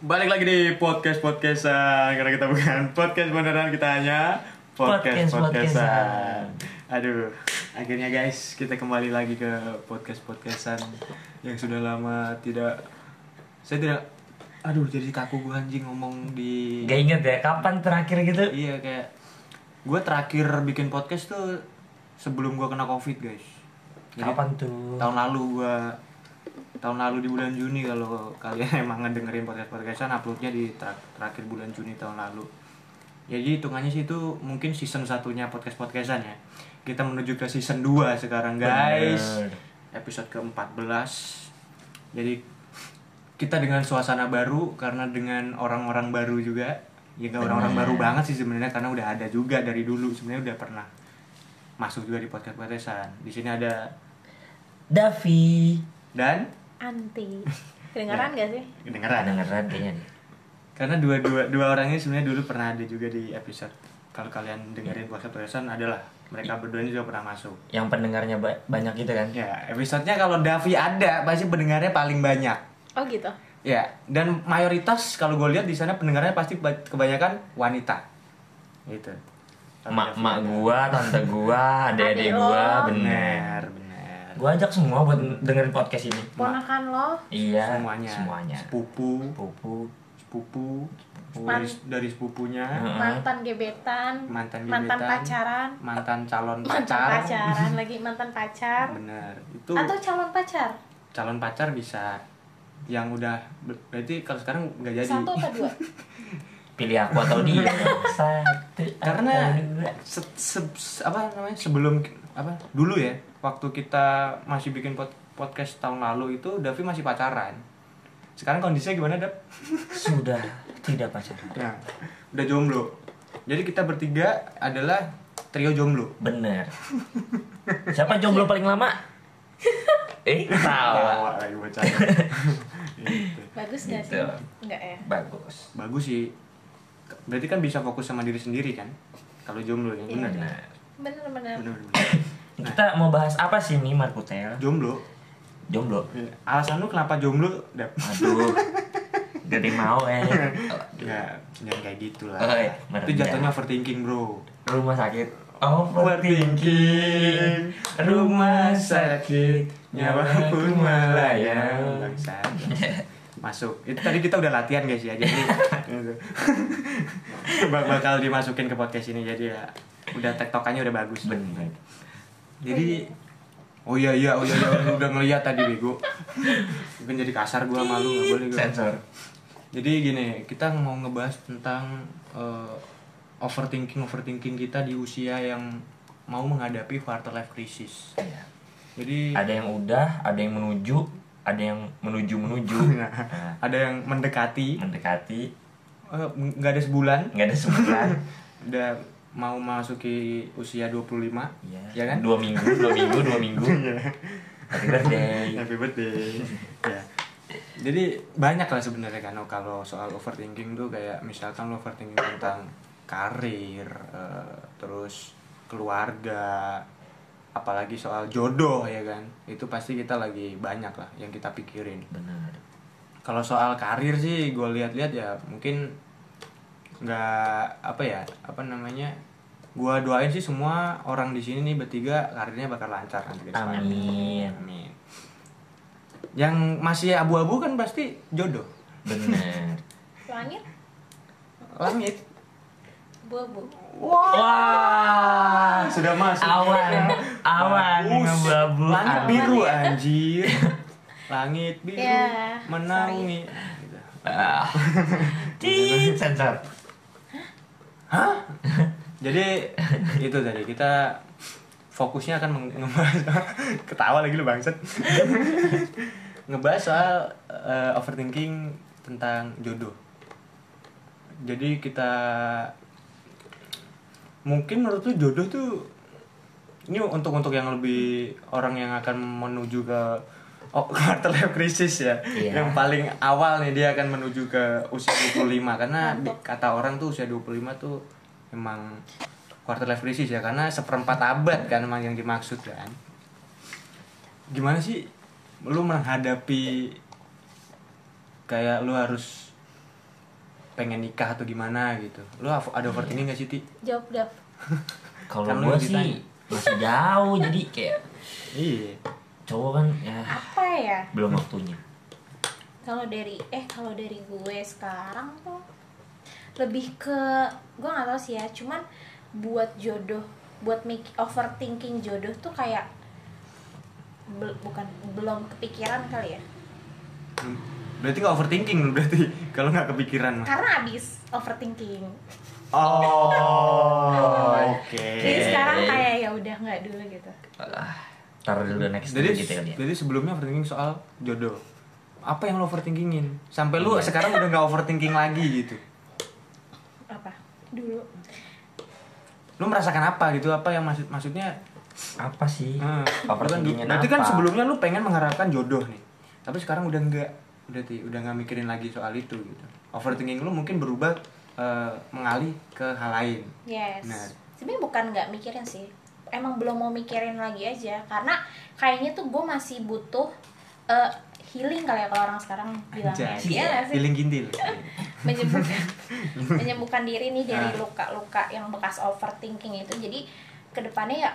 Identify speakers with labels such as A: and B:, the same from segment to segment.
A: Balik lagi di podcast podcastan karena kita bukan podcast beneran kita hanya podcast podcastan. Aduh, akhirnya guys kita kembali lagi ke podcast podcastan yang sudah lama tidak saya tidak aduh jadi kaku gue anjing ngomong di
B: Gak inget ya, kapan terakhir gitu?
A: Iya kayak gue terakhir bikin podcast tuh sebelum gue kena covid guys. Jadi
B: Kapan tuh?
A: tahun lalu gue tahun lalu di bulan Juni kalau kalian emang ngedengerin podcast podcastan uploadnya di tra- terakhir bulan Juni tahun lalu. Ya, Jadi hitungannya sih itu mungkin season satunya podcast podcastan ya. Kita menuju ke season 2 sekarang guys.
B: Bener.
A: Episode ke-14. Jadi kita dengan suasana baru karena dengan orang-orang baru juga ya nggak orang-orang baru banget sih sebenarnya karena udah ada juga dari dulu sebenarnya udah pernah masuk juga di podcast podcastan di sini ada
B: Davi
A: dan
C: anti kedengaran gak sih
A: kedengeran
B: Dengeran kayaknya nih
A: karena dua dua dua orang ini sebenarnya dulu pernah ada juga di episode kalau kalian dengerin
B: Iya.
A: podcast podcastan adalah mereka berdua ini juga pernah masuk
B: Yang pendengarnya ba- banyak gitu kan?
A: ya episodenya kalau Davi ada pasti pendengarnya paling banyak
C: oh gitu
A: Ya, dan mayoritas kalau gue lihat di sana pendengarnya pasti ba- kebanyakan wanita. Gitu. Kalau
B: Mak
A: Davi
B: mak
A: ada.
B: gua, tante gua, adik-adik
C: Adik
B: gua,
C: lo.
A: Bener,
B: bener
A: bener.
B: Gua ajak semua buat dengerin podcast ini
C: ponakan lo
B: Iya,
A: semuanya.
B: semuanya
A: Sepupu,
B: Pupu
A: sepupu, sepupu
C: Man-
A: dari, dari sepupunya,
B: Heeh.
C: mantan gebetan
A: mantan
C: mantan
A: gebetan,
C: pacaran
A: mantan calon
C: mantan
A: pacar.
C: pacaran lagi mantan pacar
A: Bener. Itu
C: atau calon pacar
A: calon pacar bisa yang udah ber- berarti kalau sekarang nggak jadi.
C: satu apa dua
B: Pilih aku atau dia Satu
A: karena
B: atau dua.
A: se, se- se- apa namanya sebelum apa dulu ya waktu kita masih bikin pod- podcast tahun lalu itu Davi masih pacaran sekarang kondisinya gimana Dap?
B: Sudah tidak pacaran
A: Nah, udah jomblo jadi kita bertiga adalah trio jomblo
B: Bener Siapa jomblo paling lama? Eh, tawa
A: Wah, Ya, lagi bercanda. Iya, Gitu.
C: bagus gak
B: Gitu.
C: sih enggak ya
B: Bagus
A: bagus sih berarti kan bisa fokus sama diri sendiri kan kalau jomblo
C: Iya.
A: ya benar ya?
B: Bener.
C: bener bener
A: benar benar
B: Nah. Kita mau bahas apa sih nih Markutel?
A: jomblo
B: Jomblo.
A: alasan lu kenapa jomblo Dap?
B: Aduh. Gede mau eh.
A: ya jangan kayak gitu lah
B: Oh, iya.
A: itu jatuhnya overthinking bro
B: Rumah sakit. Overthinking. Rumah sakit. Nyawaku melayang.
A: Bangsat. masuk itu tadi kita udah latihan guys ya jadi Bak- bakal dimasukin ke podcast ini jadi ya udah tektokannya udah bagus
B: Bener.
A: jadi oh iya iya oh iya, iya lu udah ngeliat tadi bego mungkin jadi kasar gua malu nggak boleh gua.
B: Sensor.
A: jadi gini kita mau ngebahas tentang eh, overthinking overthinking kita di usia yang mau menghadapi quarter life crisis
B: Iya.
A: jadi
B: Ada yang udah, ada yang menuju, ada yang menuju menuju.
A: Nah,
B: Nah,
A: ada yang mendekati
B: mendekati
A: eh, nggak ada sebulan
B: nggak ada sebulan.
A: udah mau masuki usia 25
B: Iya.
A: ya kan
B: Dua minggu, dua minggu, dua minggu. Happy birthday.
A: happy birthday ya jadi banyak lah sebenarnya kan oh, kalau soal overthinking tuh kayak misalkan lo overthinking tentang karir eh, terus keluarga apalagi soal jodoh ya kan itu pasti kita lagi banyak lah yang kita pikirin
B: Bener.
A: kalau soal karir sih gue lihat-lihat ya mungkin nggak apa ya apa namanya gue doain sih semua orang di sini nih bertiga karirnya bakal lancar nanti ke depan.
B: Amin.
A: Amin. yang masih abu-abu kan pasti jodoh
B: Bener.
C: langit
A: langit
C: buah bu
B: Wah.
A: sudah masuk
B: Awan, awan
A: Bagus.
B: yang abu
A: langit biru anjir langit biru
C: Ya,
A: menangi Gitu.
B: Cih, sensor.
A: Jadi itu tadi kita fokusnya akan meng- ngebahas ketawa lagi lu bangset. ngebahas soal eh, overthinking tentang jodoh. Jadi kita mungkin menurut lu jodoh tuh ini untuk untuk yang lebih orang yang akan menuju ke oh, quarter life crisis ya.
B: Iya.
A: Yang paling awal nih dia akan menuju ke usia 25 karena di-
C: Mantap.
A: kata orang tuh usia 25 tuh emang quarter life crisis ya karena seperempat abad kan emang yang dimaksud kan gimana sih lu menghadapi kayak lu harus pengen nikah atau gimana gitu lu av- ada overthinking gak sih ti
C: Jawab dap.
B: Kalau
A: Kan lu
B: gua
A: yang ditanya.
B: sih masih jauh jadi kayak
A: iya
B: cowok kan ya
C: Apa ya?
B: belum waktunya.
C: Kalau dari eh kalau dari gue sekarang tuh lebih ke gue nggak tahu sih ya. Cuman buat jodoh, buat make overthinking jodoh tuh kayak bel- bukan belum kepikiran kali ya.
A: Hmm. berarti nggak overthinking lu berarti kalau nggak kepikiran mah
C: Karena abis overthinking.
A: oh oke
C: Jadi sekarang kayak ya udah nggak dulu gitu.
B: Ah, Taruh dulu next
A: jadi
B: gitu kali ya.
A: jadi sebelumnya overthinking soal jodoh apa yang lo overthinkingin sampai lu sekarang udah nggak overthinking lagi gitu
C: Apa? Dulu.
A: lu merasakan apa gitu apa yang maksud maksudnya
B: Apa sih?
A: eh,
B: Overthinkingin
A: berarti kan
B: apa?
A: sebelumnya lu pengen mengharapkan jodoh nih tapi sekarang udah nggak udah ti udah nggak mikirin lagi soal itu gitu overthinking lu mungkin berubah eh, mengalih ke hal lain
C: Yes.
A: Benar.
C: Sebenarnya bukan nggak mikirin sih. Emang belum mau mikirin lagi aja karena kayaknya tuh gue masih butuh eh, healing kali ya kalau orang sekarang bilangnya.
A: Anjay.
C: Iya nggak sih?
A: feeling gintil
C: menyembuhkan menyembuhkan diri nih
A: Ah.
C: dari luka-luka yang bekas overthinking itu jadi kedepannya ya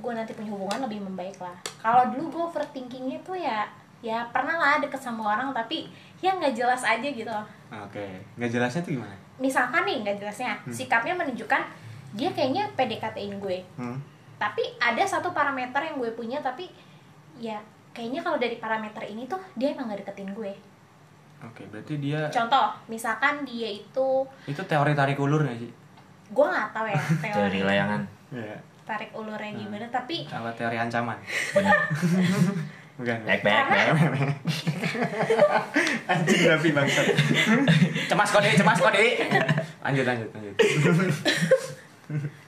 C: gue nanti punya hubungan lebih membaik lah kalau dulu gue overthinkingnya tuh ya ya pernah lah deket sama orang tapi ya nggak jelas aja gitu loh.
A: oke nggak jelasnya tuh gimana
C: misalkan nih nggak jelasnya
A: Hmm.
C: sikapnya menunjukkan dia kayaknya PDKT-in gue
A: Hmm.
C: tapi ada satu parameter yang gue punya tapi ya kayaknya kalau dari parameter ini tuh dia emang gak deketin gue
A: oke berarti dia
C: contoh misalkan dia itu
A: itu teori tarik ulur nggak sih
C: gue nggak tahu ya
B: Teori
C: teori
B: layangan.
A: Iya.
C: tarik ulurnya
A: Hmm.
C: gimana tapi
A: apa teori ancaman
B: Bener.
A: bukan
B: Back back back.
A: anjing Raffi bangsat cemas kode cemas kode lanjut lanjut lanjut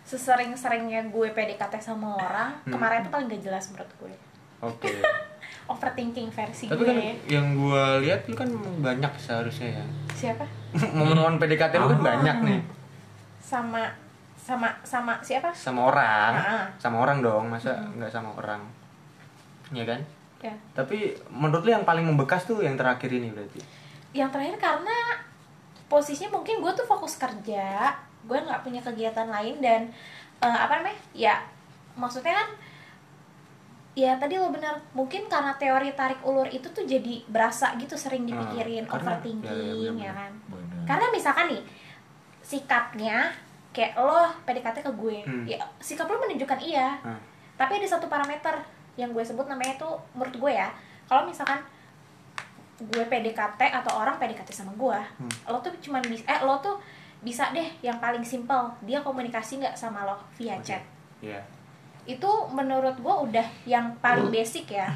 C: sesering-seringnya gue PDKT sama orang
A: Hmm.
C: kemarin tuh paling gak jelas menurut gue
A: oke
C: overthinking versi
A: tapi
C: gue ya.
A: kan yang gue lihat lu kan banyak seharusnya ya
C: siapa
A: momen-momen PDKT lu kan
B: Ah.
A: banyak nih
C: sama sama sama siapa
A: sama orang
C: Ah.
A: sama orang dong masa nggak sama orang ya kan
C: ya
A: tapi menurut lu yang paling membekas tuh yang terakhir ini berarti
C: yang terakhir karena posisinya mungkin gue tuh fokus kerja gue nggak punya kegiatan lain dan eh, apa namanya ya maksudnya kan ya tadi lo benar mungkin karena teori tarik ulur itu tuh jadi berasa gitu sering
A: Hmm, karena- ya,
C: dipikirin
A: ya,
C: overthinking
A: benar-benar.
C: ya kan
B: Bener.
C: karena misalkan nih sikapnya kayak lo PDKT ke gue
A: Hmm.
C: ya sikap lo menunjukkan iya
A: Ah.
C: tapi ada satu parameter yang gue sebut namanya itu menurut gue ya kalau misalkan gue PDKT atau orang PDKT sama gue
A: Hmm.
C: lo tuh cuman bisa eh lo tuh bisa deh yang paling simpel dia komunikasi nggak sama lo via
A: Oke.
C: chat
A: Iya.
C: itu menurut gue udah yang paling
A: Hmm.
C: basic ya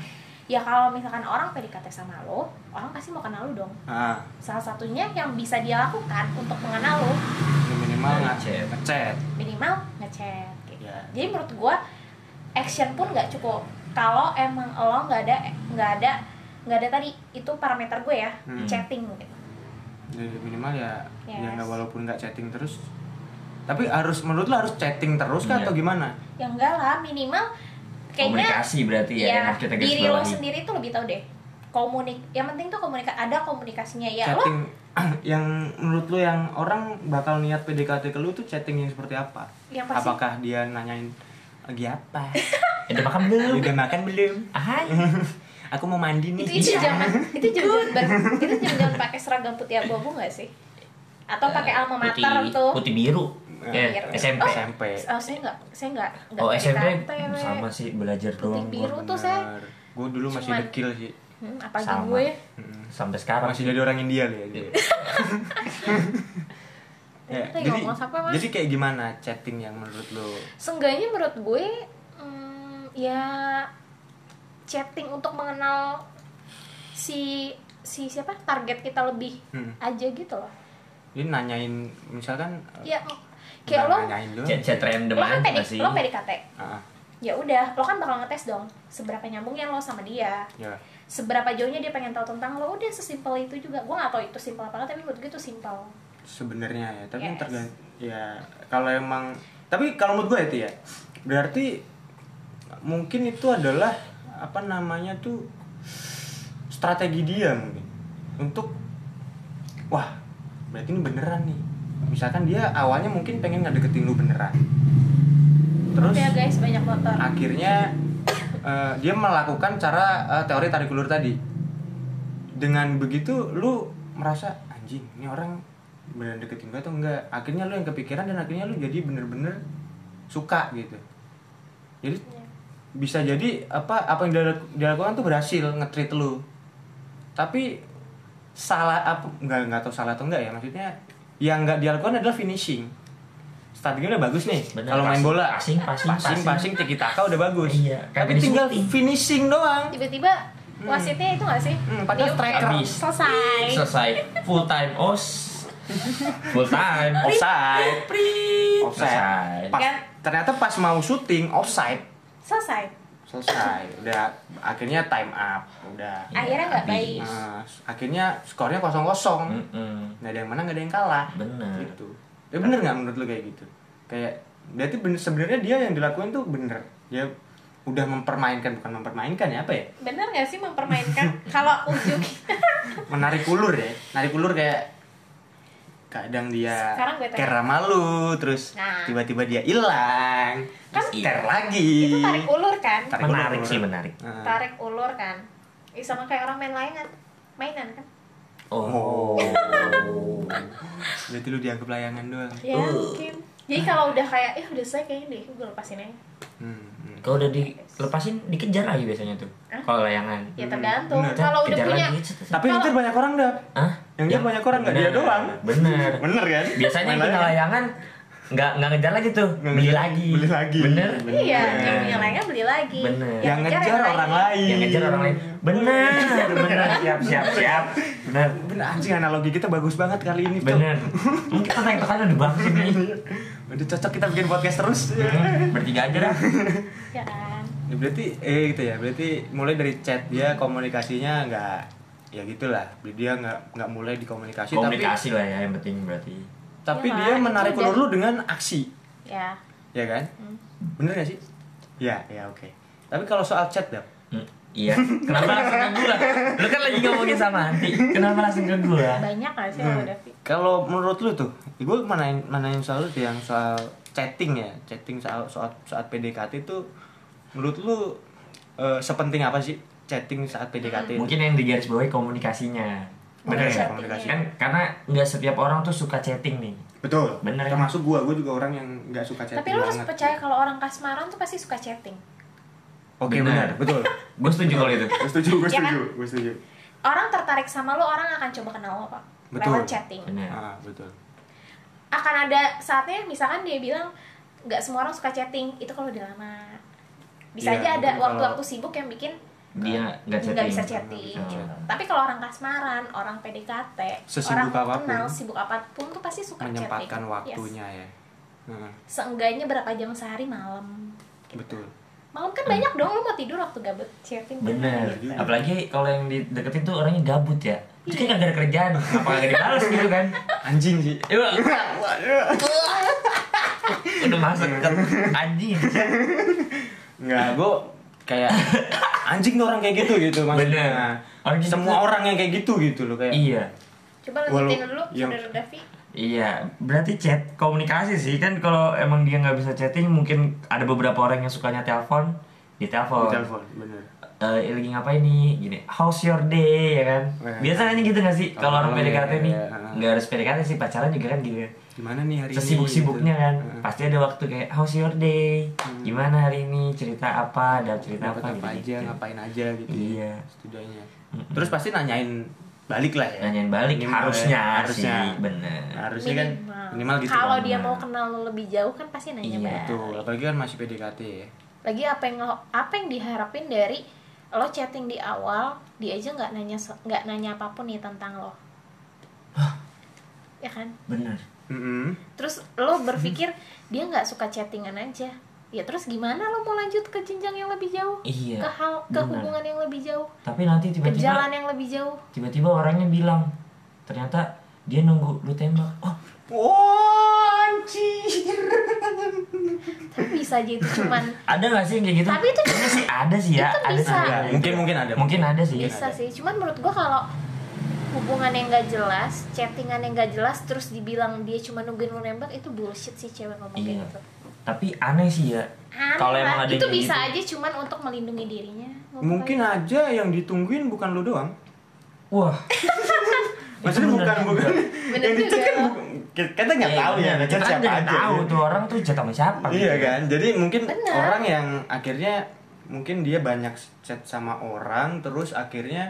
C: ya kalau misalkan orang PDKT sama lo orang pasti mau kenal lo dong
A: ah
C: salah satunya yang bisa dia lakukan untuk mengenal lo
A: ya minimal
B: Dari
A: nggak
B: chat.
A: ngechat
C: minimal ngechat gitu.
A: Ya.
C: jadi menurut gua action pun nggak cukup kalau emang lo nggak ada nggak ada nggak ada tadi itu parameter gue ya
A: Hmm.
C: chatting gitu
A: Ya, minimal ya ya
C: Yes.
A: nggak walaupun nggak chatting terus tapi harus menurut lo harus chatting terus kan
B: Iya.
A: atau gimana
C: ya enggak lah minimal kayaknya
B: Komunikasi berarti ya, yang
C: ya,
B: harus kita garis
C: diri lo
B: bawahi.
C: sendiri tuh lebih tau deh komunik yang penting tuh komunika ada komunikasinya ya lo
A: chatting yang menurut lo yang orang bakal niat PDKT ke lu tuh chatting yang seperti apa
C: Yang pasti-
A: apakah dia nanyain lagi apa
B: Ya, Udah makan belum?
A: udah makan belum
B: Hai.
A: aku mau mandi nih
C: itu itu
B: Iya.
C: zaman itu zaman itu zaman pakai seragam putih abu-abu nggak sih atau pakai alma mater
B: putih,
C: tuh
B: Putih biru.
A: Eh,
B: Ya, SMP.
A: Oh, SMP.
C: Oh, saya nggak saya nggak nggak
B: Oh,
C: PDKT,
B: SMP
C: we.
B: sama sih belajar
C: Putih
B: doang.
C: biru tuh saya
A: gue dulu masih
C: Cuman-
A: dekil sih
C: Hmm, apalagi
B: Sama.
C: gue
B: Sampai sekarang.
A: Hmm. masih jadi orang India loh ya dia. Ya,
C: Kita
A: jadi,
C: ngomong apa, Mas?
A: jadi kayak gimana chatting yang menurut lo
C: Seenggaknya menurut gue hmm, ya chatting untuk mengenal si si siapa target kita lebih
A: Hmm.
C: aja gitu loh
A: Jadi nanyain misalkan eh,
C: ya kayak lo
A: bukan nanyain doang
B: Chat chat random
C: lo kan
B: aja
C: PD,
B: sih.
C: lo PDKT
A: Ah,
C: ya udah lo kan bakal ngetes dong seberapa nyambungnya lo sama dia
A: ya.
C: seberapa jauhnya dia pengen tahu tentang lo udah sesimpel itu juga gue nggak tahu itu simpel apa nggak, tapi menurut gue itu simpel
A: Sebenarnya ya, tapi
C: Yes.
A: tergantung ya kalau emang tapi kalau menurut gue itu ya berarti mungkin itu adalah apa namanya tuh strategi dia mungkin untuk wah berarti ini beneran nih misalkan dia awalnya mungkin pengen ngedeketin lu beneran terus
C: Oke ya guys, banyak motor.
A: akhirnya eh, dia melakukan cara eh, teori tarik ulur tadi dengan begitu lu merasa anjing ini orang beneran deketin gue atau enggak akhirnya lu yang kepikiran dan akhirnya lu jadi bener-bener suka gitu jadi bisa jadi apa apa yang dia, dia lakukan tuh berhasil ngetrit lu tapi salah apa nggak nggak tahu salah atau enggak ya maksudnya yang nggak dia lakukan adalah finishing startingnya udah bagus nih
B: Bener,
A: kalau main
B: passing,
A: bola
B: passing, passing,
A: passing, passing
B: passing.
A: tiki taka udah bagus
B: Iya, kayak
A: tapi
B: di
A: tinggal
B: shooting.
A: finishing doang
C: Tiba-tiba wasitnya itu gak sih?
A: Hmm, padahal
C: Niup
A: striker.
C: kayak,
B: Habis.
C: Selesai.
B: selesai full time os full time
A: offside offside
B: Offside.
A: Pas-
C: Kan?
A: ternyata pas mau syuting offside
C: Selesai.
A: selesai udah akhirnya time up udah
B: Iya,
C: Akhirnya nggak
B: habis.
C: baik.
A: Nah, akhirnya skornya kosong kosong
B: Mm-mm.
A: nggak ada yang menang nggak ada yang kalah
B: Hmm. Bener.
A: gitu ya bener nggak menurut lu kayak gitu kayak berarti bener sebenarnya dia yang dilakuin tuh bener dia udah mempermainkan bukan mempermainkan ya apa ya
C: Bener gak sih mempermainkan? Kalau ujuk
A: menarik ulur ya narik ulur kayak kadang dia
C: Sekarang gue tanya.
A: care sama lu terus
C: Nah.
A: tiba-tiba dia hilang
C: Kan
A: terus care lagi
C: itu tarik ulur kan?
A: Tarik
B: menarik
A: ulur.
B: sih menarik
A: Nah.
C: Tarik ulur kan? Ih, sama kayak orang main layangan. Mainan kan?
A: Oh. Berarti lu dianggap layangan doang.
C: Ya mungkin. Jadi kalau udah kayak, eh udah selesai kayaknya deh, gue lepasin aja.
A: Hmm, hmm.
B: kalau udah dilepasin dikejar aja biasanya tuh
C: Hah?
B: kalau layangan
C: Ya tergantung.
A: bener.
C: Kalau udah
B: kejar
C: punya,
B: lagi set, set.
A: Hmm. Tapi yang nyetir banyak orang dah.
B: Hah? Ya.
A: Yang nyetir banyak orang nggak dia
B: Bener,
A: doang.
B: bener
A: Bener kan?
B: biasanya
A: Main
B: yang punya
A: layangan.
B: layangan nggak nggak ngejar lagi tuh
A: Nggak
B: beli
A: ngejar,
B: lagi
A: beli lagi.
B: bener
A: Bener.
C: iya, yang punya layangan beli lagi.
B: Bener.
A: Yang
C: kejar
A: ngejar orang lain.
B: yang ngejar orang lain bener bener siap siap siap bener
A: Bener anjing analogi kita bagus banget kali ini. Cok.
B: bener mungkin kita naik tekan udah bagus ini
A: Udah cocok kita bikin podcast terus.
B: Hmm, bertiga aja dah
C: Ya kan?
A: Ya, berarti eh gitu ya. Berarti mulai dari chat dia komunikasinya nggak ya gitulah. Dia nggak nggak mulai di komunikasi,
B: komunikasi lah ya yang penting berarti
A: tapi tapi
C: Iya,
A: dia
C: itu
A: menarik
C: udah-
A: ulur lu dengan aksi.
C: Ya. Hmm.
A: ya kan bener gak sih ya ya oke tapi kalau soal chat dap
B: Hmm, iya kenapa langsung ke gua lu kan lagi ngomongin sama Anti kenapa langsung ke gua
C: Banyak gak sih
A: Hmm.
B: Hmm.
C: kalau udah fit?
A: kalau menurut lu tuh gue manain manain soal lu tuh yang soal chatting ya chatting soal soal saat PDKT tuh menurut lu eh, sepenting apa sih chatting saat PDKT
B: Hmm. mungkin yang digaris bawahi komunikasinya
A: bener ya
C: chatting.
A: komunikasi
B: kan karena nggak setiap orang tuh suka chatting nih
A: betul
B: Bener.
A: termasuk gue gue juga orang yang nggak suka chatting
C: Tapi lu harus
A: banget.
C: percaya kalau orang kasmaran tuh pasti suka chatting.
A: oke
B: Bener.
A: benar betul
B: gue setuju kalau gitu. itu
A: gue setuju gue
C: Ya kan?
A: setuju gue setuju
C: Orang tertarik sama lu, orang akan coba kenal lo, Pak.
A: Betul.
C: Lewat chatting.
B: bener
A: ah betul
C: Akan ada saatnya misalkan dia bilang nggak semua orang suka chatting, itu kalau udah lama. Bisa
A: Iya,
C: aja ada
A: tapi kalau-
C: waktu-waktu sibuk yang bikin
B: dia nggak chatting
C: nggak bisa chatting.
B: Betul.
C: gitu. Tapi kalau orang kasmaran, orang PDKT,
A: Sesibuk
C: orang
A: apapun.
C: kenal, sibuk apapun tuh pasti suka
A: menyempatkan
C: chatting.
A: waktunya
C: Yes. Gitu.
A: ya Heeh,
C: Seenggaknya berapa jam sehari malam.
A: betul
C: Malam kan banyak dong lu mau tidur waktu gabut chatting.
B: bener
A: Iya.
B: apalagi kalau yang dideketin tuh orangnya gabut ya itu kan gak ada kerjaan apa gak dibales gitu kan
A: anjing sih
B: Iya. udah masuk ke anjing
A: Enggak, gue kayak anjing tuh orang kayak gitu gitu maksudnya.
B: Bener.
A: Nah,
B: Anjing
A: semua
B: tuh-
A: orang yang kayak gitu gitu loh kayak.
B: iya
C: Coba lanjutin
A: Walau-
C: dulu,
A: yang-
C: saudara Davi.
B: Iya, berarti chat komunikasi sih kan kalau emang dia nggak bisa chatting mungkin ada beberapa orang yang sukanya telepon di telepon.
A: Telepon, bener.
B: Eh, lagi ngapain nih? Gini, how's your day ya kan?
A: Eh,
B: Biasanya gitu nggak sih? Kalau orang
A: kalau
B: PDKT
A: iya,
B: nih,
A: iya, iya.
B: nggak harus PDKT sih pacaran juga kan gitu.
A: Gimana nih hari
B: Sesibuk-sibuknya
A: ini?
B: kan,
A: gitu? Heeh.
B: pasti ada waktu kayak how's your day? Gimana hari ini? Cerita apa? Ada cerita
A: Dapat
B: apa?
A: apa
B: gitu-gitu.
A: aja, ngapain aja gitu.
B: Iya.
A: Setidaknya. Terus pasti nanyain balik lah ya.
B: Nanyain balik
A: Minimal
B: harusnya,
A: ya, harusnya.
B: sih, bener.
A: Harusnya kan minimal gitu.
C: Kalau
A: kan.
C: dia mau kenal lo lebih jauh kan pasti nanya
B: Iya.
C: balik.
A: Betul, apalagi kan masih PDKT ya.
C: Lagi apa yang lo, apa yang diharapin dari lo chatting di awal, dia aja nggak nanya se- nggak nanya apapun nih tentang lo. ya kan?
B: Bener.
A: Mm-mm.
C: Terus lo berpikir dia nggak suka chattingan aja. Ya terus gimana lo mau lanjut ke jenjang yang lebih jauh?
B: Iya,
C: Ke hal ke
B: benar.
C: hubungan yang lebih jauh,
B: Tapi nanti
C: ke
B: tiba-tiba
C: jalan yang lebih jauh.
B: tiba-tiba orangnya bilang ternyata dia nunggu lu tembak oh
A: Wah, anjir.
C: tapi bisa aja itu cuman
B: ada nggak sih yang kayak gitu
C: Tapi itu-
B: Kayaknya sih ada sih ya
C: itu
B: ada
C: bisa.
B: sih
C: Ada,
A: mungkin- mungkin ada.
B: mungkin ada sih ya.
C: bisa sih cuman menurut gua kalau hubungan yang gak jelas chattingan yang gak jelas terus dibilang dia cuma nungguin lu nembak itu bullshit sih cewek ngomong
B: iya
C: kayak gitu
B: tapi aneh sih ya
C: Aneh
B: kalau
C: lah.
B: emang ada
C: itu
B: yang
C: bisa
B: gitu.
C: aja cuman untuk melindungi dirinya
A: Mungkin aja yang ditungguin bukan lu doang.
B: wah
A: Maksudnya
B: Itu
A: bukan
B: bener
A: bukan
C: Bener
A: yang dicat
C: juga.
A: kan bukan- kita nggak tahu ya,
B: bener.
A: ngechat
B: Iya, Kita
A: siapa
B: kan nggak
A: aja.
B: tahu
A: ya.
B: tuh orang tuh chat sama siapa
A: Iya
B: gitu.
A: kan, jadi mungkin
C: Benar.
A: orang yang akhirnya mungkin dia banyak chat sama orang, terus akhirnya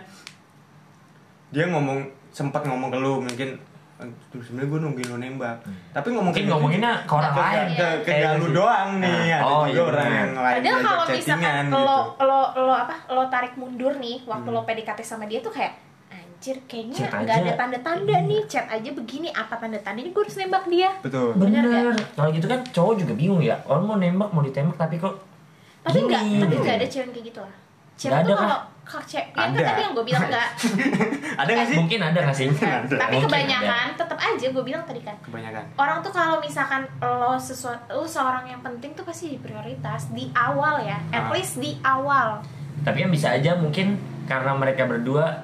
A: dia ngomong sempat ngomong ke lu mungkin "Eh, sebenarnya gue nungguin lo nembak, tapi ngomong
B: Hmm. mungkin
A: gitu-
B: ngomonginnya ke orang
A: ke,
B: lain
A: ke, ke
B: Kayak
A: lu
B: gitu.
A: doang nih,
B: Nah,
A: ada
B: oh,
A: juga
B: iya
A: orang
B: benar.
A: yang lain
C: Padahal
A: diajak
C: kalau
A: chattingan
C: misalkan
A: gitu. Hmm.
C: lo, lo lo apa lo tarik mundur nih waktu lo PDKT sama dia tuh kayak anjir kayaknya
B: Chat
C: nggak
B: aja.
C: ada tanda-tanda
A: Iya.
C: nih chat aja begini apa tanda-tandanya gue harus nembak dia
A: Betul.
C: Bener nggak?
B: bener kalau gitu kan cowok juga bingung ya orang mau nembak mau ditembak tapi kok
C: tapi nggak
B: gini,
C: tapi
B: gitu.
C: nggak ada cewek yang kayak gitu lah
B: Nggak
C: cewek
B: ada
C: tuh kalau
B: kah?
C: kalau cewek yang
A: Ada.
C: tadi yang gue bilang nggak
A: Ada nggak sih?
B: mungkin ada nggak sih
A: Ada.
C: tapi
B: Mungkin
C: kebanyakan
B: ya.
C: tetap aja gue bilang tadi kan
A: Kebanyakan.
C: orang tuh kalau misalkan lo sesuatu lo seorang yang penting tuh pasti di prioritas di awal ya
A: Ah.
C: at least di awal
B: tapi kan bisa aja mungkin karena mereka berdua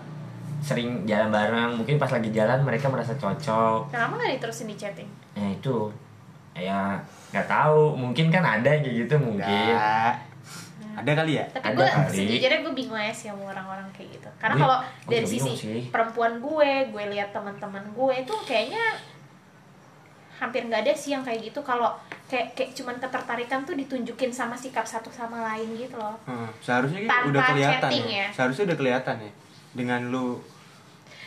B: sering jalan bareng mungkin pas lagi jalan mereka merasa cocok
C: kenapa nggak diterusin di chatting
B: ya itu ya nggak tahu mungkin kan ada yang kayak gitu mungkin
A: Nggak. Ada kali ya?
B: Ada
C: tapi gue
B: kali.
C: sejujurnya gue bingung aja sih sama orang-orang kayak gitu karena
B: Gue-
C: kalau
B: gue
C: dari
B: juga
C: sisi
B: bingung sih.
C: perempuan gue gue lihat teman-teman gue itu kayaknya hampir nggak ada sih yang kayak gitu kalau kayak kayak cuman ketertarikan tuh ditunjukin sama sikap satu sama lain gitu loh
A: Heeh, seharusnya kan
C: Tanpa
A: udah kelihatan
C: chatting
A: ya.
C: ya.
A: Seharusnya udah kelihatan ya. Dengan lu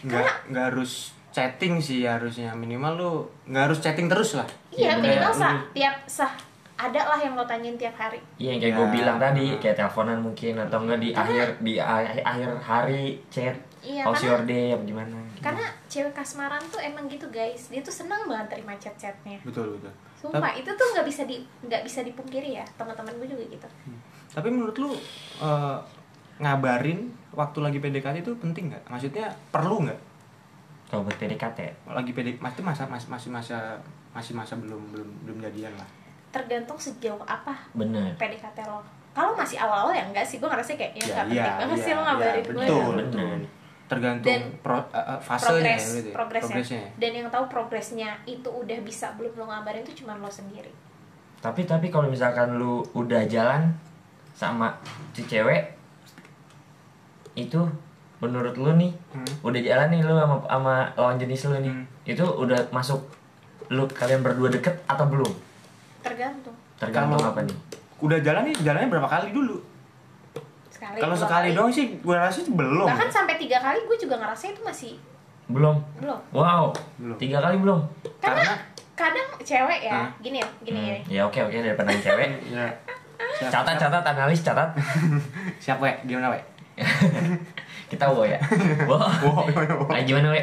A: nggak nggak harus chatting sih harusnya minimal lu nggak harus chatting terus lah.
C: iya
A: Kayak
C: minimal
A: lu-
C: sa tiap sah ada lah yang lo tanyain tiap hari
B: Iya yang kayak
A: Ya.
B: gue bilang tadi kayak teleponan mungkin atau enggak di akhir di a- akhir hari chat
C: Iya,
B: how's
C: karena- Kan
B: your day apa gimana
C: karena cewek kasmaran tuh emang gitu guys dia tuh senang banget terima chat-chatnya
A: Betul betul.
C: sumpah itu tuh nggak bisa di nggak bisa dipungkiri ya teman-teman gue juga gitu
A: Tapi menurut lu eh, ngabarin waktu lagi PDKT itu penting nggak? Maksudnya perlu nggak?
B: kalau buat PDKT
A: Lagi PDKT masih masa masih masih masa masih masa belum belum belum jadian lah.
C: tergantung sejauh apa
B: bener
C: PDKT lo kalau masih awal-awal ya enggak sih gue ngerasa kayak ya nggak penting banget sih lo
A: iya,
C: ngabarin gue
A: betul,
B: ya.
A: betul.
B: Bener.
A: Tergantung
C: Dan
A: pro- eh, eh, fasenya ya,
C: progres
A: berarti ya,
C: progresnya.
A: progresnya. ya.
C: dan yang tahu progresnya itu udah bisa belum lo ngabarin itu cuma lo sendiri
B: tapi tapi kalau misalkan lu udah jalan sama si cewek itu menurut lu nih
A: Hmm.
B: udah jalan nih lu sama sama lawan jenis lu nih
A: Hmm.
B: itu udah masuk lu kalian berdua deket atau belum
C: tergantung
B: tergantung
A: Kalau-
B: apa nih
A: Udah jalan nih, jalannya berapa kali dulu?
C: sekali
A: Kalau
C: dua
A: sekali
C: kali.
A: doang sih gue rasa sih belum.
C: bahkan sampai tiga kali gue juga ngerasa itu masih
B: belum
C: belum
B: wow
A: Belum.
B: tiga kali belum
C: karena,
A: Karena-
C: kadang cewek ya
A: Hah?
C: gini ya gini ya
B: Hmm, ya oke oke daripada yang cewek
C: Ah,
A: Ya. Siap-
B: catat
A: siap-
B: catat analis catat
A: Siap we, gimana we?
B: kita wo ya wo
A: Wo, gimana, wo?
B: Nah, gimana we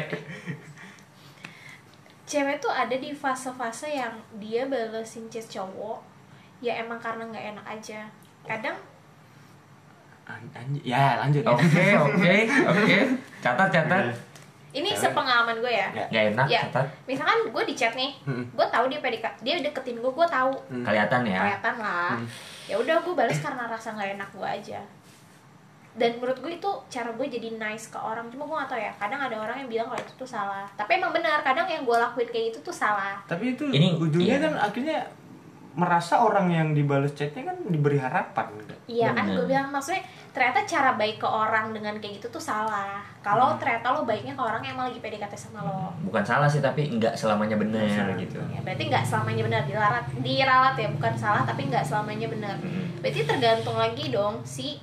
C: cewek tuh ada di fase-fase yang dia balesin chat cowok ya emang karena nggak enak aja kadang
A: An- anj- ya lanjut. ya.
B: oke oke oke catat catat
C: ini
A: Cewek.
C: sepengalaman gue ya
A: Ya.
B: nggak enak
C: Ya.
B: catat
C: misalkan gue di chat nih
A: Mm-mm.
C: gue tahu dia PDK dia deketin gue gue tahu
A: Hmm.
B: kelihatan ya
C: kelihatan lah
A: Hmm.
C: ya udah gue balas karena rasa nggak enak gue aja dan menurut gue itu cara gue jadi nice ke orang cuma gue gak tau ya kadang ada orang yang bilang kalau itu tuh salah tapi emang benar kadang yang gue lakuin kayak gitu tuh salah
A: Tapi itu
B: Ini-
A: ujungnya
B: iya.
A: kan akhirnya merasa orang yang dibales chatnya kan diberi harapan. gitu.
C: Iya kan
B: Bener.
C: gue bilang maksudnya ternyata cara baik ke orang dengan kayak gitu tuh salah.
B: Hmm.
C: Kalau ternyata lo baiknya ke orang yang emang lagi PDKT sama lo.
B: bukan salah sih tapi nggak selamanya benar
A: Nggak
B: gitu
C: Ya, berarti nggak selamanya benar diralat, diralat ya bukan salah tapi nggak selamanya benar.
B: Mm.
C: Berarti tergantung lagi dong si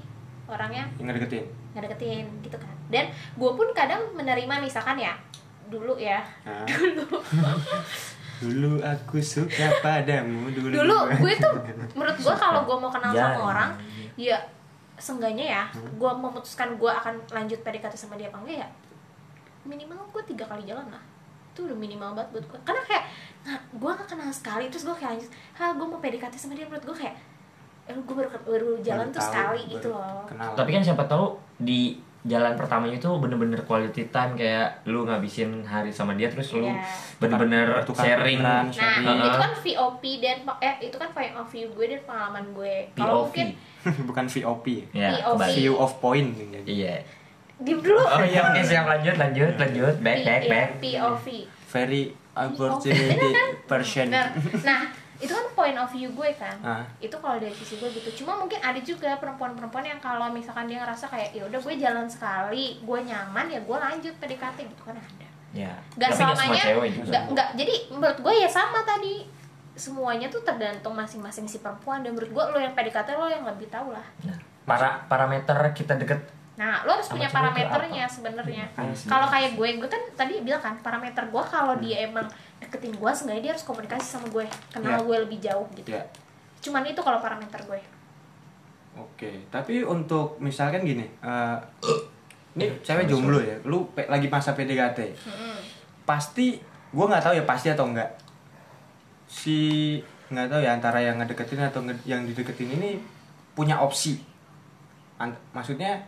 C: orangnya
A: Yang ngedeketin.
C: nggak deketin gitu kan. Dan gue pun kadang menerima misalkan ya dulu ya
A: Nah,
C: dulu
A: dulu aku suka padamu dulu.
C: dulu gue tuh menurut gue kalau gue mau kenal
B: Ya.
C: sama orang ya seenggaknya ya
A: Hmm.
C: gue memutuskan gue akan lanjut PDKT sama dia apa enggak ya minimal gue tiga kali jalan lah itu udah minimal banget buat gue karena kayak nah, gue gak kenal sekali terus gue kayak lanjut ha gue mau PDKT sama dia menurut gue kayak eh, gue baru, baru jalan
A: Baru
C: tuh
A: tahu,
C: sekali
A: baru
C: gitu loh
A: Kenal.
B: tapi kan siapa tahu di jalan pertamanya itu bener-bener quality time kayak lu ngabisin hari sama dia terus lu
C: Iya.
B: bener-bener
A: Tukar
B: sharing
A: pikiran,
C: Nah,
A: sharing.
B: Heeh.
C: itu kan VOP dan eh itu kan point of view gue dan pengalaman gue.
B: POV
C: Kalau mungkin
A: bukan VOP ya
B: ya
C: POV.
B: kebalik.
A: view of point gitu. jadi
B: iya
C: diem dulu.
B: oh iya oke siap lanjut lanjut lanjut back
C: P-
B: back
C: iya,
B: back
C: POV.
A: very
C: Bener
A: opportunity
C: kan?
A: person
C: Bener. Nah, itu kan point of view gue kan.
A: Ah.
C: Itu kalau dari sisi gue gitu. Cuma mungkin ada juga perempuan-perempuan yang kalau misalkan dia ngerasa kayak ya udah gue jalan sekali, gue nyaman ya gue lanjut PDKT gitu kan ada.
B: ya
C: Gak
B: tapi gak semua
C: selamanya,
B: cewek juga
C: gak, gak, jadi menurut gue ya sama tadi semuanya tuh tergantung masing-masing si perempuan dan menurut gue lo yang PDKT lo yang lebih tahu lah
B: Nah, para parameter kita deket
C: Nah, lo harus
B: Sama
C: punya
B: cewek itu
C: parameternya
B: apa?
C: sebenarnya.
A: Iya,
C: Kalau kayak gue, gue kan tadi bilang kan parameter gue kalau
A: Hmm.
C: dia emang deketin gue, seenggaknya dia harus komunikasi sama gue, kenal
A: Iya.
C: gue lebih jauh gitu.
A: ya
C: Cuman itu kalau parameter gue.
A: Oke, tapi untuk misalkan gini, eh ini cewek jomblo ya, lu pe- lagi masa PDKT, pasti gue nggak tahu ya pasti atau enggak si nggak tahu ya antara yang ngedeketin atau nge- yang dideketin ini punya opsi, An- maksudnya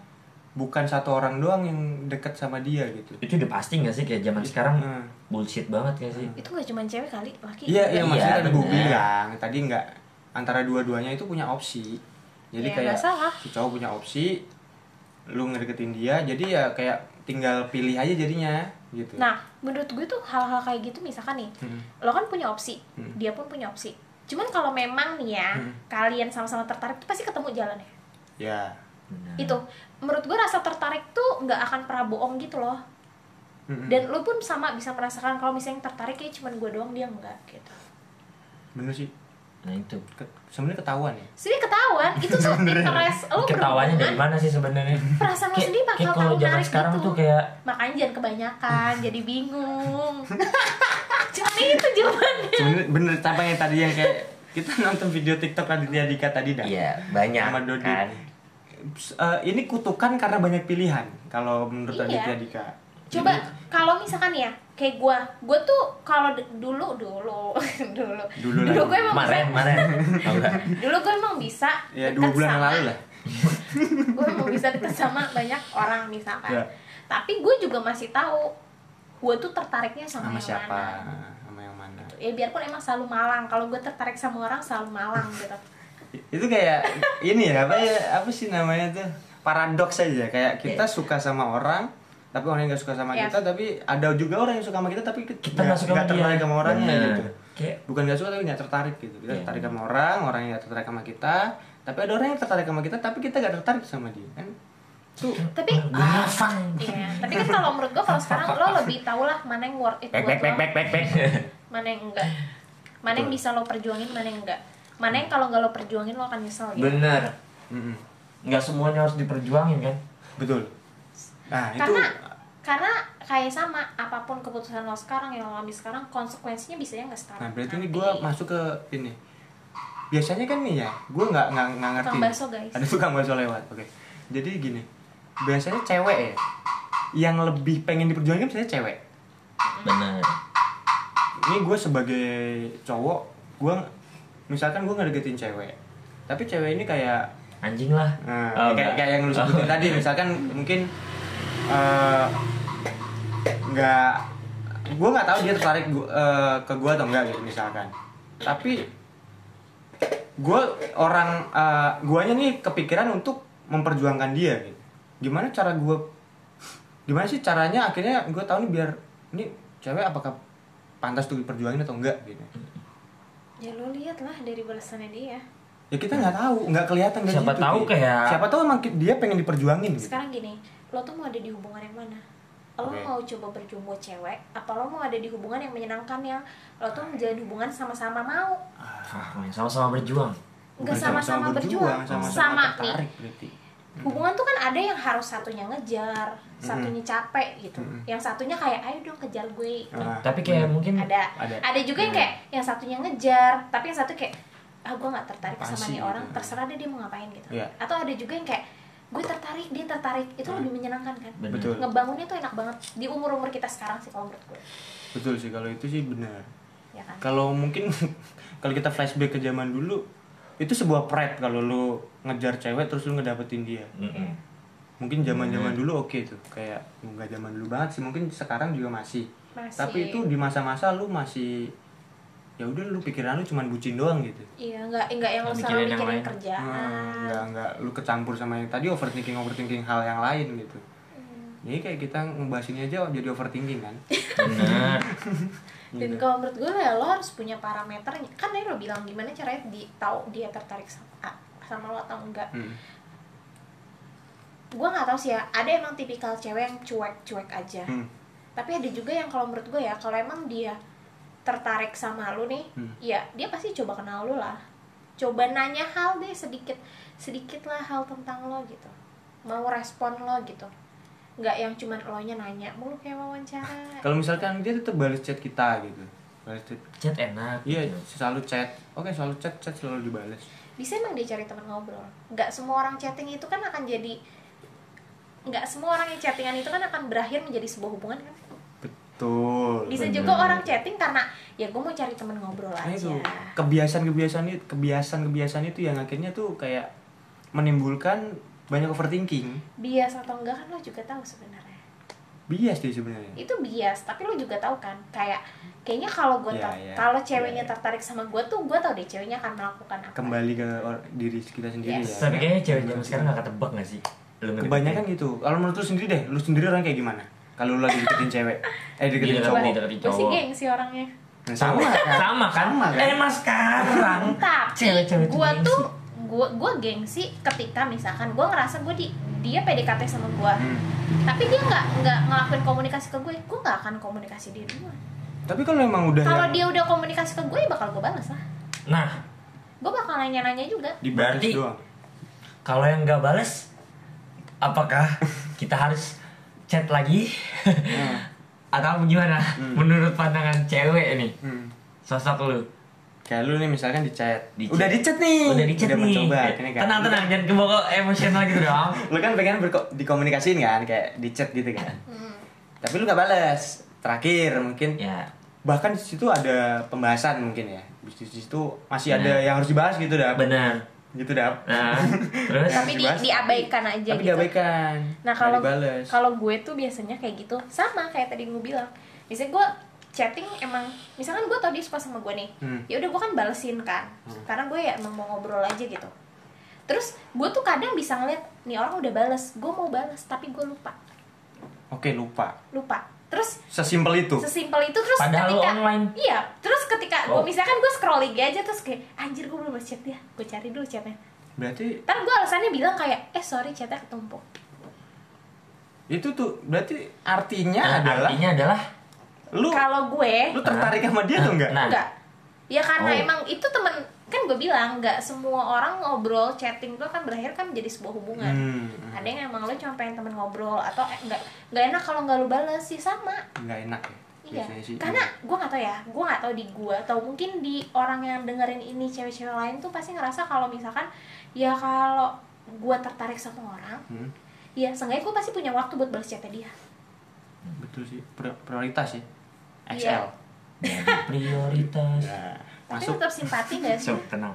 A: bukan satu orang doang yang deket sama dia gitu.
B: itu udah pasti gak sih kayak zaman sekarang
A: Hmm.
B: bullshit banget gak sih
C: Itu gak cuma cewek kali, laki.
A: Iya, iya
B: Iya,
A: maksudnya tadi gue
B: bener.
A: bilang tadi nggak antara dua-duanya itu punya opsi. Jadi
C: Iya,
A: kayak
C: nggak salah.
A: si cowok punya opsi, lu ngedeketin dia, jadi ya kayak tinggal pilih aja jadinya gitu.
C: Nah, menurut gue tuh hal-hal kayak gitu misalkan nih, lo kan punya opsi,
A: Hmm.
C: dia pun punya opsi. Cuman kalau memang nih ya, kalian sama-sama tertarik tuh pasti ketemu jalannya.
A: Ya.
B: Benar.
C: Itu menurut gue rasa tertarik tuh nggak akan pernah bohong gitu loh.
A: Mm-mm.
C: dan lu pun sama bisa merasakan kalau misalnya yang tertarik kayak cuman gue doang dia enggak gitu
A: bener sih.
B: nah itu
A: Ke- sebenarnya ketahuan ya.
C: sih ketahuan itu tuh interest lu
B: ketawanya dari mana
C: berhubungan,
B: sih sebenarnya
C: perasaan lu
B: Kayak-
C: sendiri bakal
B: kayak kalau
C: kamu
B: zaman
C: narik
B: sekarang
C: gitu.
B: tuh kayak
C: makanya jangan kebanyakan jadi bingung cuman itu jawabannya
A: Sebenarnya bener apa yang tadi yang kayak kita nonton video TikTok Raditya Dika tadi dah.
B: iya banyak
A: Sama Dodi.
B: kan
A: Eh, ini kutukan karena banyak pilihan kalau menurut
C: Iya.
A: Raditya Dika.
C: coba kalau misalkan ya kayak gue gue tuh kalau d- dulu dulu dulu
A: Dulu lagi.
C: gue emang
B: kemarin
C: bisa
B: kemarin oh, enggak.
C: dulu gue emang bisa
A: Ya
C: dekat
A: dua bulan yang
C: sama-
A: lalu lah.
C: gue mau bisa deket sama banyak orang misalkan
A: Ya.
C: tapi gue juga masih tahu gue tuh tertariknya
A: Sama
C: sama, yang
A: siapa?
C: mana
A: Sama yang mana?
C: ya biarpun emang selalu malang kalau gue tertarik sama orang selalu malang gitu
A: itu kayak ini ya apa ya apa sih namanya tuh paradoks aja kayak kita suka sama orang tapi orang yang gak suka sama
C: Iya.
A: kita tapi ada juga orang yang suka sama kita tapi
B: kita nggak suka sama dia.
A: tertarik sama orangnya
B: Bener.
A: gitu
B: kayak
A: bukan gak suka tapi gak tertarik gitu kita
B: Iya.
A: tertarik sama orang orang yang gak tertarik sama kita tapi ada orang yang tertarik sama kita tapi kita gak tertarik sama dia kan tuh
C: tapi
B: gue hafal
C: Iya, tapi kan kalau menurut gue kalau sekarang lo lebih tau lah mana yang worth it
B: back back
C: buat
B: back
C: lo,
B: back back back
C: mana yang enggak, mana yang bisa lo perjuangin, mana yang enggak, mana yang kalau nggak lo perjuangin lo akan nyesel gitu.
B: bener
A: mm-mm.
B: nggak semuanya harus diperjuangin kan
A: betul nah itu
C: karena karena kayak sama apapun keputusan lo sekarang yang lo ambil sekarang konsekuensinya bisa ya nggak sekarang
A: nah berarti ini
C: nanti.
A: gue masuk ke ini biasanya kan nih ya gue nggak nggak nggak ngerti
C: Tukang bakso, guys.
A: ada tukang bakso lewat oke jadi gini biasanya cewek ya yang lebih pengen diperjuangkan biasanya cewek
B: bener
A: ini gue sebagai cowok gue misalkan gue ngedeketin cewek tapi cewek ini kayak
B: anjing lah
A: Nah,
B: Oh,
A: kayak,
B: enggak.
A: kayak yang lu sebutin
B: Oh.
A: tadi misalkan mungkin eh, nggak gue nggak tahu dia tertarik gu- eh, ke gue atau enggak gitu misalkan tapi gue orang eh, guanya nih kepikiran untuk memperjuangkan dia gitu gimana cara gue gimana sih caranya akhirnya gue tahu nih biar ini cewek apakah pantas tuh diperjuangin atau enggak gitu
C: ya lo lihat lah dari balasannya dia
A: ya kita nggak tahu nggak kelihatan dari
B: Nah. Siapa
A: situ,
B: tahu
A: Ki.
B: kayak-
A: siapa tahu emang ki- dia pengen diperjuangin gitu
C: sekarang gini lo tuh mau ada di hubungan yang mana lo
A: Oke.
C: mau coba berjumbo cewek apa lo mau ada di hubungan yang menyenangkan yang lo tuh menjalin hubungan sama-sama mau
B: Ah, main sama-sama berjuang
C: nggak
A: Bukan
C: sama-sama berjuang sama,
A: sama-sama
C: nih
A: tertarik Hmm. berarti.
C: hubungan tuh kan ada yang harus satunya ngejar
A: Hmm.
C: satunya capek gitu yang satunya kayak ayo dong kejar gue
A: Ah,
B: tapi
A: bener.
B: kayak mungkin
C: ada.
A: Ada.
C: ada juga yang
A: Hmm.
C: kayak yang satunya ngejar tapi yang satu kayak ah gue nggak tertarik
A: Apaan
C: sama
A: sih
C: nih
A: gitu?
C: orang terserah deh dia mau ngapain gitu
A: Iya.
C: atau ada juga yang kayak gue tertarik dia tertarik itu lebih menyenangkan kan
B: Bener.
A: Hmm. betul
C: ngebangunnya tuh enak banget di umur umur kita sekarang sih kalau menurut gue
A: betul sih kalau itu sih benar
C: ya kan
A: kalau mungkin kalau kita flashback ke zaman dulu itu sebuah pride kalau lu ngejar cewek terus lu ngedapetin dia
B: Mm-mm.
A: mungkin zaman zaman dulu oke tuh kayak nggak zaman dulu banget sih mungkin sekarang juga masih,
C: Masih.
A: tapi itu di masa-masa lu masih ya udah lu pikiran lu cuman bucin doang gitu
C: Iya, nggak nggak yang lu
B: Nggak
C: selalu
B: mikirin yang
C: mikirin
B: lain.
C: kerjaan.
A: Hmm, nggak
C: gitu.
A: nggak lu kecampur sama yang tadi overthinking overthinking hal yang lain gitu
C: Iya.
A: jadi kayak kita ngebahas ini aja jadi overthinking kan Gitu.
B: bener
A: Iya.
C: Dan kalau menurut gue ya lo harus punya parameternya. Kan tadi lo bilang gimana caranya di tahu dia tertarik sama A- sama lo atau enggak.
A: Hmm.
C: Gue nggak tahu sih ya. Ada emang tipikal cewek yang cuek-cuek aja.
A: Hmm.
C: Tapi ada juga yang kalau menurut gue ya kalau emang dia tertarik sama lo nih,
A: Hmm.
C: ya dia pasti coba kenal lo lah. Coba nanya hal deh sedikit sedikit lah hal tentang lo gitu. Mau respon lo gitu. Nggak yang cuman lo nya nanya mulu kayak wawancara.
A: kalau misalkan dia tetap balas chat kita gitu balas chat
B: chat enak
A: iya
B: gitu.
A: selalu chat oke selalu chat chat selalu dibalas
C: bisa emang dia cari teman ngobrol nggak semua orang chatting itu kan akan jadi nggak semua orang yang chattingan itu kan akan berakhir menjadi sebuah hubungan kan
A: betul
C: bisa
B: Bener.
C: juga orang chatting karena ya gue mau cari teman ngobrol
A: Nah, itu
C: aja
A: kebiasaan kebiasaan itu kebiasaan kebiasaan itu yang akhirnya tuh kayak menimbulkan banyak overthinking
C: bias atau enggak kan lo juga tahu sebenarnya
A: bias dia sebenarnya
C: itu bias tapi lo juga tahu kan kayak kayaknya kalau gue
A: Ya,
C: ter-
A: ya.
C: kalau
A: Ya,
C: ceweknya
A: ya.
C: tertarik sama gue tuh gue tau deh ceweknya akan melakukan apa
A: kembali ke or- diri kita sendiri ya
C: Yes.
B: tapi kayaknya cewek zaman sekarang gak ketebak gak sih lu ngedeket
A: kebanyakan gitu kalau menurut lu sendiri deh lu sendiri orang kayak gimana kalau lu lagi deketin cewek eh deketin
B: Iya,
A: cowok
B: deketin
C: gue sih
B: cowok.
C: geng sih orangnya
A: Nah,
B: sama
A: kan?
B: sama kan
A: Sama kan?
B: eh mas sekarang
C: tapi
B: Cewek-cewek tuh
C: gue
B: gengsi.
C: tuh gue gue gengsi ketika misalkan gue ngerasa gue di dia PDKT sama gue
A: Hmm.
C: tapi dia nggak nggak ngelakuin komunikasi ke gue gue nggak akan komunikasi dia duluan
A: tapi kalau emang udah ya.
C: kalau
A: yang
C: dia udah komunikasi ke gue ya bakal gue balas lah
B: nah
C: gue bakal nanya nanya juga
A: dibalas
B: Berarti-
A: doang
B: kalau yang gak bales apakah kita harus chat lagi
A: Hmm.
B: atau gimana
A: Hmm.
B: menurut pandangan cewek nih
A: Hmm.
B: sosok lu
A: kayak lu nih misalkan di chat
B: Di
A: udah
B: chat.
A: di chat nih
B: udah di chat
A: Hmm. udah
B: nih
A: mencoba
B: Eh,
A: akhirnya kan.
B: tenang tenang jangan kebawa emosional gitu dong
A: lu kan pengen berko- dikomunikasiin kan kayak di chat gitu kan
C: Hmm.
A: tapi lu gak balas terakhir mungkin
B: ya
A: bahkan di situ ada pembahasan mungkin ya di situ masih ada
B: Benar.
A: yang harus dibahas gitu dah
B: Nah. benar
A: gitu dah
B: nah terus
C: tapi di-
A: dibahas.
C: diabaikan aja
A: tapi
C: gitu
A: diabaikan
C: nah
A: nggak
C: kalau
A: dibales.
C: kalau gue tuh biasanya kayak gitu sama kayak tadi gue bilang misalnya gue chatting emang misalkan gue tau dia suka sama gue nih
A: Hmm.
C: ya udah gue kan balesin kan karena gue ya emang mau ngobrol aja gitu terus gue tuh kadang bisa ngeliat nih orang udah bales gue mau bales tapi gue lupa
A: oke lupa
C: lupa terus
A: sesimpel itu
C: sesimpel itu terus
B: Padahal lu
C: ketika
B: online.
C: iya terus ketika
B: Oh.
C: gue misalkan gue scroll IG aja terus kayak anjir gue belum balas chat dia gue cari dulu chatnya
A: berarti
C: ntar gue alasannya bilang kayak eh sorry chatnya ketumpuk
A: itu tuh berarti artinya
B: Nah,
A: Ya, adalah
B: artinya adalah
A: lu
C: kalau gue
A: lu tertarik sama dia tuh enggak
B: Nah.
C: enggak ya karena
B: Oh.
C: emang itu temen kan gue bilang nggak semua orang ngobrol chatting tuh kan berakhir kan menjadi sebuah hubungan
A: Hmm, hmm.
C: ada yang emang lo cuma pengen temen ngobrol atau eh, nggak nggak enak kalau nggak lo balas sih Ya, sama
A: nggak enak ya
C: iya
A: biasanya sih
C: karena gue nggak tau ya gue nggak tau di gue atau mungkin di orang yang dengerin ini cewek-cewek lain tuh pasti ngerasa kalau misalkan ya kalau gue tertarik sama orang
A: Hmm,
C: ya seenggaknya gue pasti punya waktu buat balas chatnya dia
A: betul sih Pri- prioritas sih XL
C: Iya.
B: jadi prioritas
A: Nah,
C: tapi
A: masuk Hmm,
C: tetap simpati gak
B: so
C: sih
B: tenang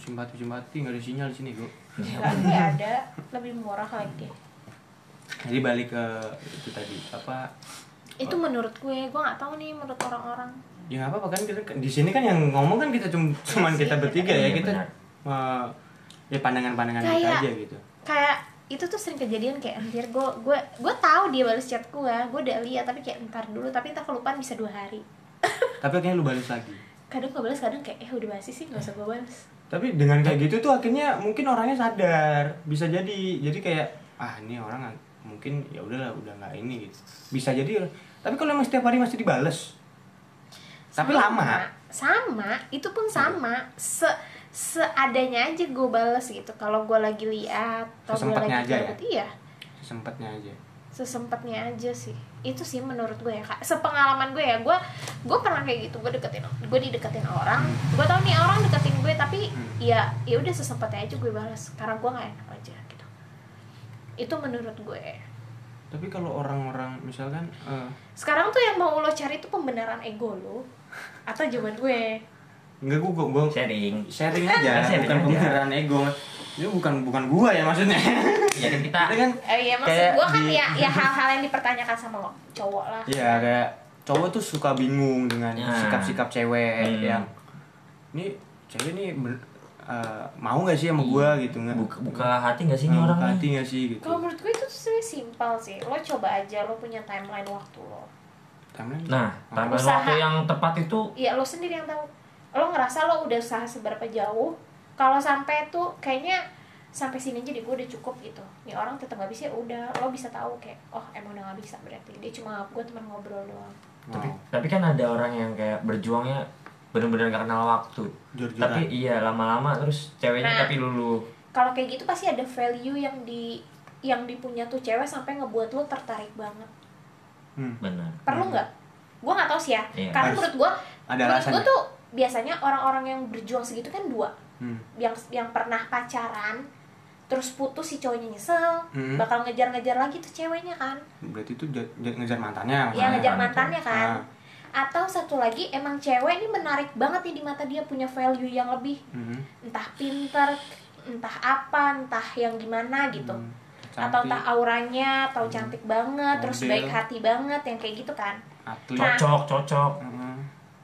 A: simpati simpati nggak ada sinyal di sini gua
C: Nggak, gue ada lebih murah lagi
A: jadi balik ke itu tadi apa
C: itu menurut gue gue nggak tahu nih menurut orang-orang
A: ya nggak apa-apa kan kita di sini kan yang ngomong kan kita cum- cuman
C: sih,
A: kita
C: kita-
A: bertiga ya
B: Iya,
A: kita
B: benar.
A: eh, ya pandangan-pandangan kita
C: Kayak-
A: aja gitu
C: kayak itu tuh sering kejadian kayak anjir gue gue gue tahu dia balas chat gue gue udah lihat tapi kayak entar dulu tapi entar kelupaan bisa dua hari
A: tapi akhirnya lu balas lagi
C: kadang gue balas kadang kayak eh udah basi sih nggak usah gue balas
A: tapi dengan kayak gitu tuh akhirnya mungkin orangnya sadar bisa jadi jadi kayak ah ini orang nggak- mungkin ya udahlah udah nggak ini gitu bisa jadi tapi kalau emang setiap hari masih dibales tapi lama
C: sama itu pun sama se seadanya aja gue balas gitu kalau gue lagi lihat kalau gue
A: Sesempatnya
C: lagi
A: aja ya?
C: gabut, iya
A: sesempatnya aja
C: sesempatnya aja sih itu sih menurut gue ya kak sepengalaman gue ya gue gue pernah kayak gitu gue deketin gue dideketin orang gue tau nih orang deketin gue tapi
A: Hmm.
C: ya ya udah sesempatnya aja gue balas karena gue nggak enak aja gitu itu menurut gue
A: tapi kalau orang-orang misalkan eh,
C: sekarang tuh yang mau lo cari tuh pembenaran ego lo atau jawaban gue
A: nggak gue gue
B: sharing
A: sharing
B: Nah,
A: aja
B: sharing
A: bukan
B: aja.
A: pemikiran ego Ini bukan bukan gua ya maksudnya.
B: ya kan kita
A: Kita kan
C: Eh, iya maksud
A: Kayak
C: gua kan
A: di-
C: ya ya hal-hal yang dipertanyakan sama lo cowok lah.
A: ya kayak cowok tuh suka bingung dengan
B: Nah.
A: sikap-sikap cewek
B: Hmm.
A: yang ini cewek ini bener- eh, mau nggak sih sama gua gitu nggak?
B: Iya. buka, buka hati nggak sih ini
A: Eh,
B: orang
A: buka hati
B: nih?
A: nggak sih gitu?
C: Kalau menurut gue itu tuh sebenarnya simpel sih. Lo coba aja lo punya timeline waktu lo.
A: Timeline.
B: Nah, tambah
C: Usaha.
B: waktu yang tepat itu
C: Iya lo sendiri yang tahu. Lo ngerasa lo udah usaha seberapa jauh. Kalau sampai tuh kayaknya sampai sini aja di gue udah cukup gitu. Nih orang tetap gak bisa ya udah lo bisa tahu kayak oh emang udah gak bisa berarti dia cuma gue teman ngobrol doang.
B: tapi,
A: Wow.
B: tapi kan ada orang yang kayak berjuangnya bener-bener gak kenal waktu.
A: Jor-joran.
B: Tapi iya lama-lama terus ceweknya
C: Nah.
B: tapi lulu.
C: Kalau kayak gitu pasti ada value yang di yang dipunya tuh cewek sampai ngebuat lo tertarik banget.
A: Hmm.
B: Benar.
C: Perlu nggak? Gue nggak tahu sih ya.
B: Iya.
C: Karena
A: Harus.
C: menurut gue
A: Ada ya?
C: menurut
A: alasannya.
C: gue tuh biasanya orang-orang yang berjuang segitu kan dua
A: Hmm.
C: yang yang pernah pacaran terus putus si cowoknya nyesel
A: Hmm.
C: bakal ngejar-ngejar lagi tuh ceweknya kan
A: Berarti itu ja- ja- ngejar mantannya. maksudnya.
C: yang ngejar
B: kan,
C: mantannya kan
A: Ah.
C: atau satu lagi emang cewek ini menarik banget nih di mata dia punya value yang lebih
A: Hmm.
C: entah pinter entah apa entah yang gimana gitu
A: Hmm. Cantik, Hmm,
C: atau entah auranya atau cantik banget terus
A: Model.
C: baik hati banget yang kayak gitu kan
A: atlet. Hmm,
C: Nah.
B: Cocok, cocok.
A: Heeh.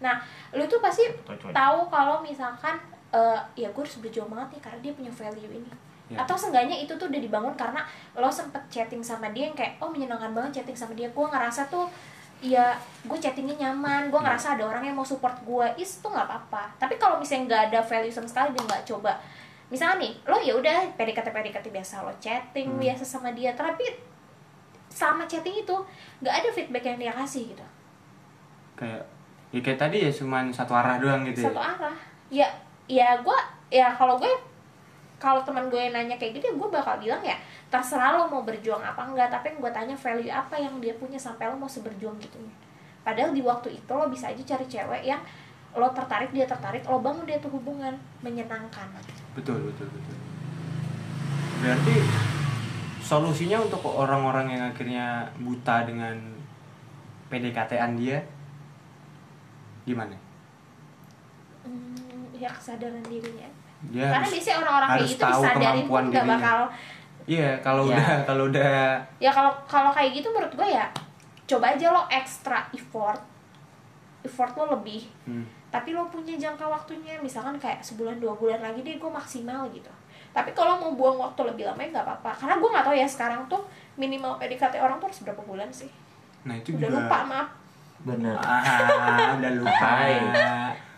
C: nah lu tuh pasti
B: Cocok.
C: tahu kalau misalkan eh, ya gue harus berjuang banget nih karena dia punya value ini
A: Ya.
C: atau seenggaknya itu tuh udah dibangun karena lo sempet chatting sama dia yang kayak oh menyenangkan banget chatting sama dia gue ngerasa tuh ya gue chattingnya nyaman gue ngerasa ada orang yang mau support gue is tuh nggak apa-apa tapi kalau misalnya nggak ada value sama sekali dia nggak coba misalnya nih lo ya udah PDKT PDKT biasa lo chatting
A: Hmm.
C: biasa sama dia tapi sama chatting itu nggak ada feedback yang dia kasih gitu
A: Kayak ya kayak tadi ya cuman satu arah doang gitu.
C: satu
A: ya.
C: arah ya ya gue ya kalau gue kalau teman gue nanya kayak gitu ya gue bakal bilang ya terserah lo mau berjuang apa enggak tapi yang gue tanya value apa yang dia punya sampai lo mau seberjuang gitu padahal di waktu itu lo bisa aja cari cewek yang lo tertarik dia tertarik lo bangun dia tuh hubungan menyenangkan
A: Betul, betul, betul. Berarti solusinya untuk orang-orang yang akhirnya buta dengan PDKT-an dia gimana?
C: hmm, ya kesadaran dirinya
A: Dia
C: karena
A: harus-
C: biasanya orang-orang kayak
A: harus
C: gitu
A: tahu
C: disadarin
A: kemampuan
C: pun gak
A: dirinya.
C: bakal
A: Iya, kalau
B: Ya.
A: udah kalau udah
C: ya kalau kalau kayak gitu menurut gue ya coba aja lo ekstra effort effort lo lebih
A: hmm,
C: tapi lo punya jangka waktunya misalkan kayak sebulan dua bulan lagi deh gue maksimal gitu tapi kalau mau buang waktu lebih lama ya nggak apa-apa karena gue nggak tahu ya sekarang tuh minimal PDKT orang tuh harus berapa bulan sih
A: nah itu
C: udah
A: juga
C: lupa maaf
B: Benar.
A: Ah, udah lupa.
B: Hai.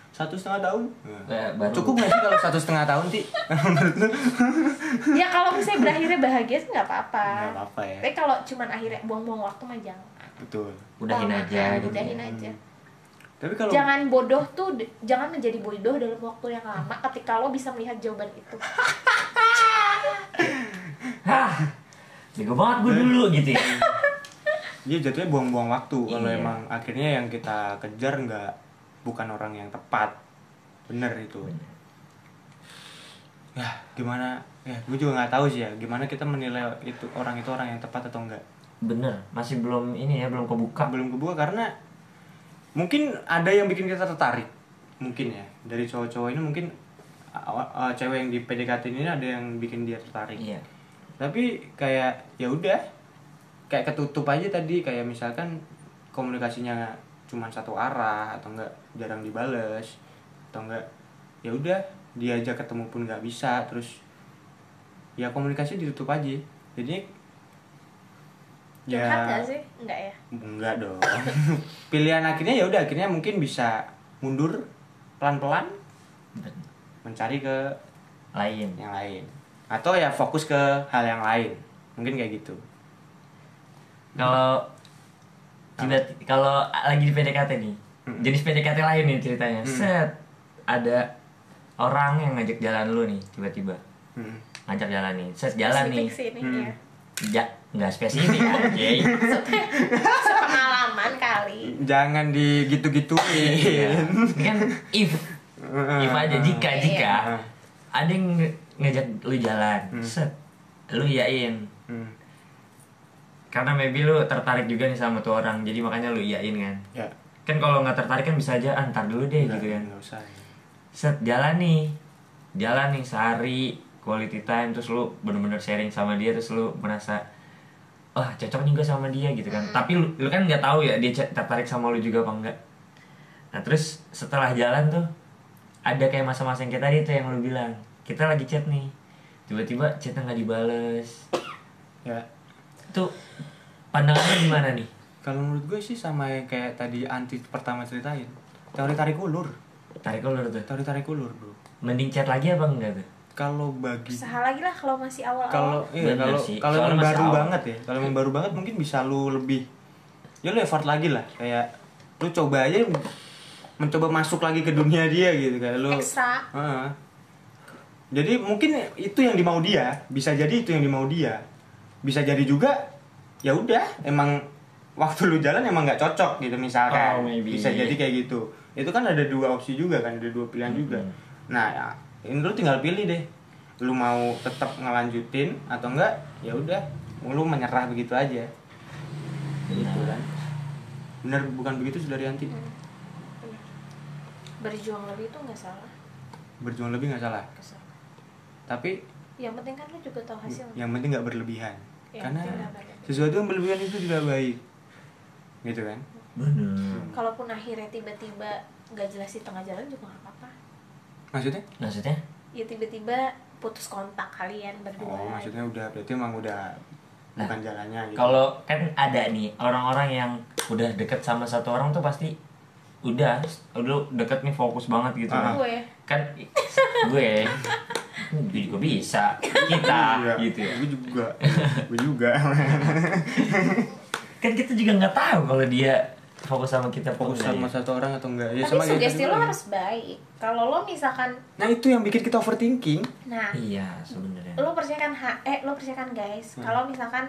A: Satu setengah tahun.
B: Eh, baru.
A: Cukup nggak sih kalau satu setengah tahun sih?
C: ya kalau misalnya berakhirnya bahagia sih nggak apa-apa
A: Nggak apa-apa ya.
C: tapi kalau cuman akhirnya buang-buang waktu mah jangan
A: Betul.
B: Udahin
C: Lama, kan,
B: aja gitu.
C: udahin
B: ya.
C: aja
A: Hmm. Tapi kalau
C: jangan bodoh tuh d- jangan menjadi bodoh dalam waktu yang lama ketika lo bisa melihat jawaban itu
B: Hah. Bego banget gue dulu gitu ya.
A: dia Iya, jatuhnya buang-buang waktu kalau
B: Iya.
A: emang akhirnya yang kita kejar nggak bukan orang yang tepat bener itu
B: Bener.
A: ya gimana ya gue juga nggak tahu sih ya gimana kita menilai itu orang itu orang yang tepat atau enggak
B: Bener, masih belum ini ya, belum kebuka.
A: belum kebuka karena mungkin ada yang bikin kita tertarik mungkin ya dari cowok-cowok ini mungkin aw- aw- cewek yang di PDKT ini ada yang bikin dia tertarik
B: Iya.
A: tapi kayak ya udah kayak ketutup aja tadi kayak misalkan komunikasinya cuma satu arah atau enggak jarang dibales atau enggak ya udah diajak ketemu pun nggak bisa terus ya komunikasi ditutup aja jadi
C: curhat nggak sih nggak ya
A: enggak dong pilihan akhirnya ya udah akhirnya mungkin bisa mundur pelan-pelan
B: Bener.
A: mencari ke
B: Lain.
A: yang lain atau ya fokus ke hal yang lain mungkin kayak gitu
B: Kalau tiba kalau lagi di PDKT nih, jenis PDKT lain nih ceritanya. Set ada orang yang ngajak jalan lu nih tiba-tiba
A: Hmm.
B: ngajak jalan nih. Set jalan nih.
C: Spesifik sih ini ya
B: Ja, nggak spesifik anjay.
C: sepengalaman kali
A: jangan
B: Iya.
A: digitu-gituin
B: Ini kan if if aja jika
C: Iya,
B: jika ada yang nge- ngajak lu jalan, set lu yain
A: Hmm.
B: karena maybe lu tertarik juga nih sama tuh orang jadi makanya lu iyain kan
A: ya
B: kan kalau nggak tertarik kan bisa aja
A: Iya.
B: antar dulu deh gitu kan
A: nggak usah
B: set jalan nih jalan nih sehari quality time terus lu bener-bener sharing sama dia terus lu merasa wah cocok juga sama dia gitu kan tapi lu, lu kan nggak tahu ya dia c- tertarik sama lu juga apa enggak nah terus setelah jalan tuh ada kayak masa-masa yang kayak tadi tuh yang lu bilang kita lagi chat nih tiba-tiba chatnya nggak dibales
D: ya
B: itu pandangannya gimana nih
A: Kalau menurut gue sih sama yang kayak tadi anti pertama ceritain. Teori tarik ulur.
B: tarik ulur tuh
A: Teori tarik ulur, Bro.
B: mending chat lagi apa enggak tuh
A: Kalau bagi
C: usaha lagi lah kalau masih awal-awal
A: kalau iya
B: Bener
A: kalau
B: sih.
A: kalau
B: Soalnya
A: yang
B: masih
A: baru
B: awal.
A: banget ya, kalau yang baru banget mungkin bisa lu lebih ya lu effort lagi lah kayak lu coba aja mencoba masuk lagi ke dunia dia gitu kayak lu
C: ekstra
A: Heeh. Jadi mungkin itu yang dimau dia, bisa jadi itu yang dimau dia. Bisa jadi juga ya udah emang waktu lu jalan emang nggak cocok gitu misalkan.
B: Oh, maybe.
A: Bisa jadi kayak gitu. Itu kan ada dua opsi juga kan, ada dua pilihan juga.
B: Hmm.
A: Nah, ya, ini lu tinggal pilih deh. Lu mau tetap ngelanjutin atau enggak? Ya udah, lu menyerah begitu aja. Gitu
B: Nah.
A: kan. Bener bukan begitu saudari Yanti?
C: Hmm. berjuang lebih itu nggak salah
A: Berjuang lebih nggak salah.
C: nggak salah.
A: Tapi
C: yang penting kan lu juga tahu hasilnya
A: yang penting nggak berlebihan
C: Yang
A: karena
C: penting nggak berlebihan.
A: sesuatu yang berlebihan itu tidak baik gitu kan
B: bener
C: kalaupun akhirnya tiba-tiba nggak jelas di tengah jalan juga nggak apa-apa
A: maksudnya
B: maksudnya
C: ya tiba-tiba putus kontak kalian berdua
A: oh maksudnya udah berarti emang udah bukan jalannya gitu
B: Nah, kalau kan ada nih orang-orang yang udah deket sama satu orang tuh pasti udah lu deket nih fokus banget gitu
A: Ah.
B: kan
C: gue
B: kan i- gue gue juga bisa kita
A: Iya,
B: gitu ya
A: gue juga gue juga
B: kan kita juga nggak tahu kalau dia fokus sama kita apa
A: fokus sama
B: enggak ya.
A: satu orang atau enggak ya
C: tapi
A: sama kayak
C: sugesti
A: tadi
C: lo
A: dulu.
C: harus baik kalau lo misalkan
A: nah itu yang bikin kita overthinking
C: nah
B: iya sebenarnya
C: lo percayakan ha- eh lo percayakan
A: Hmm.
C: guys kalau misalkan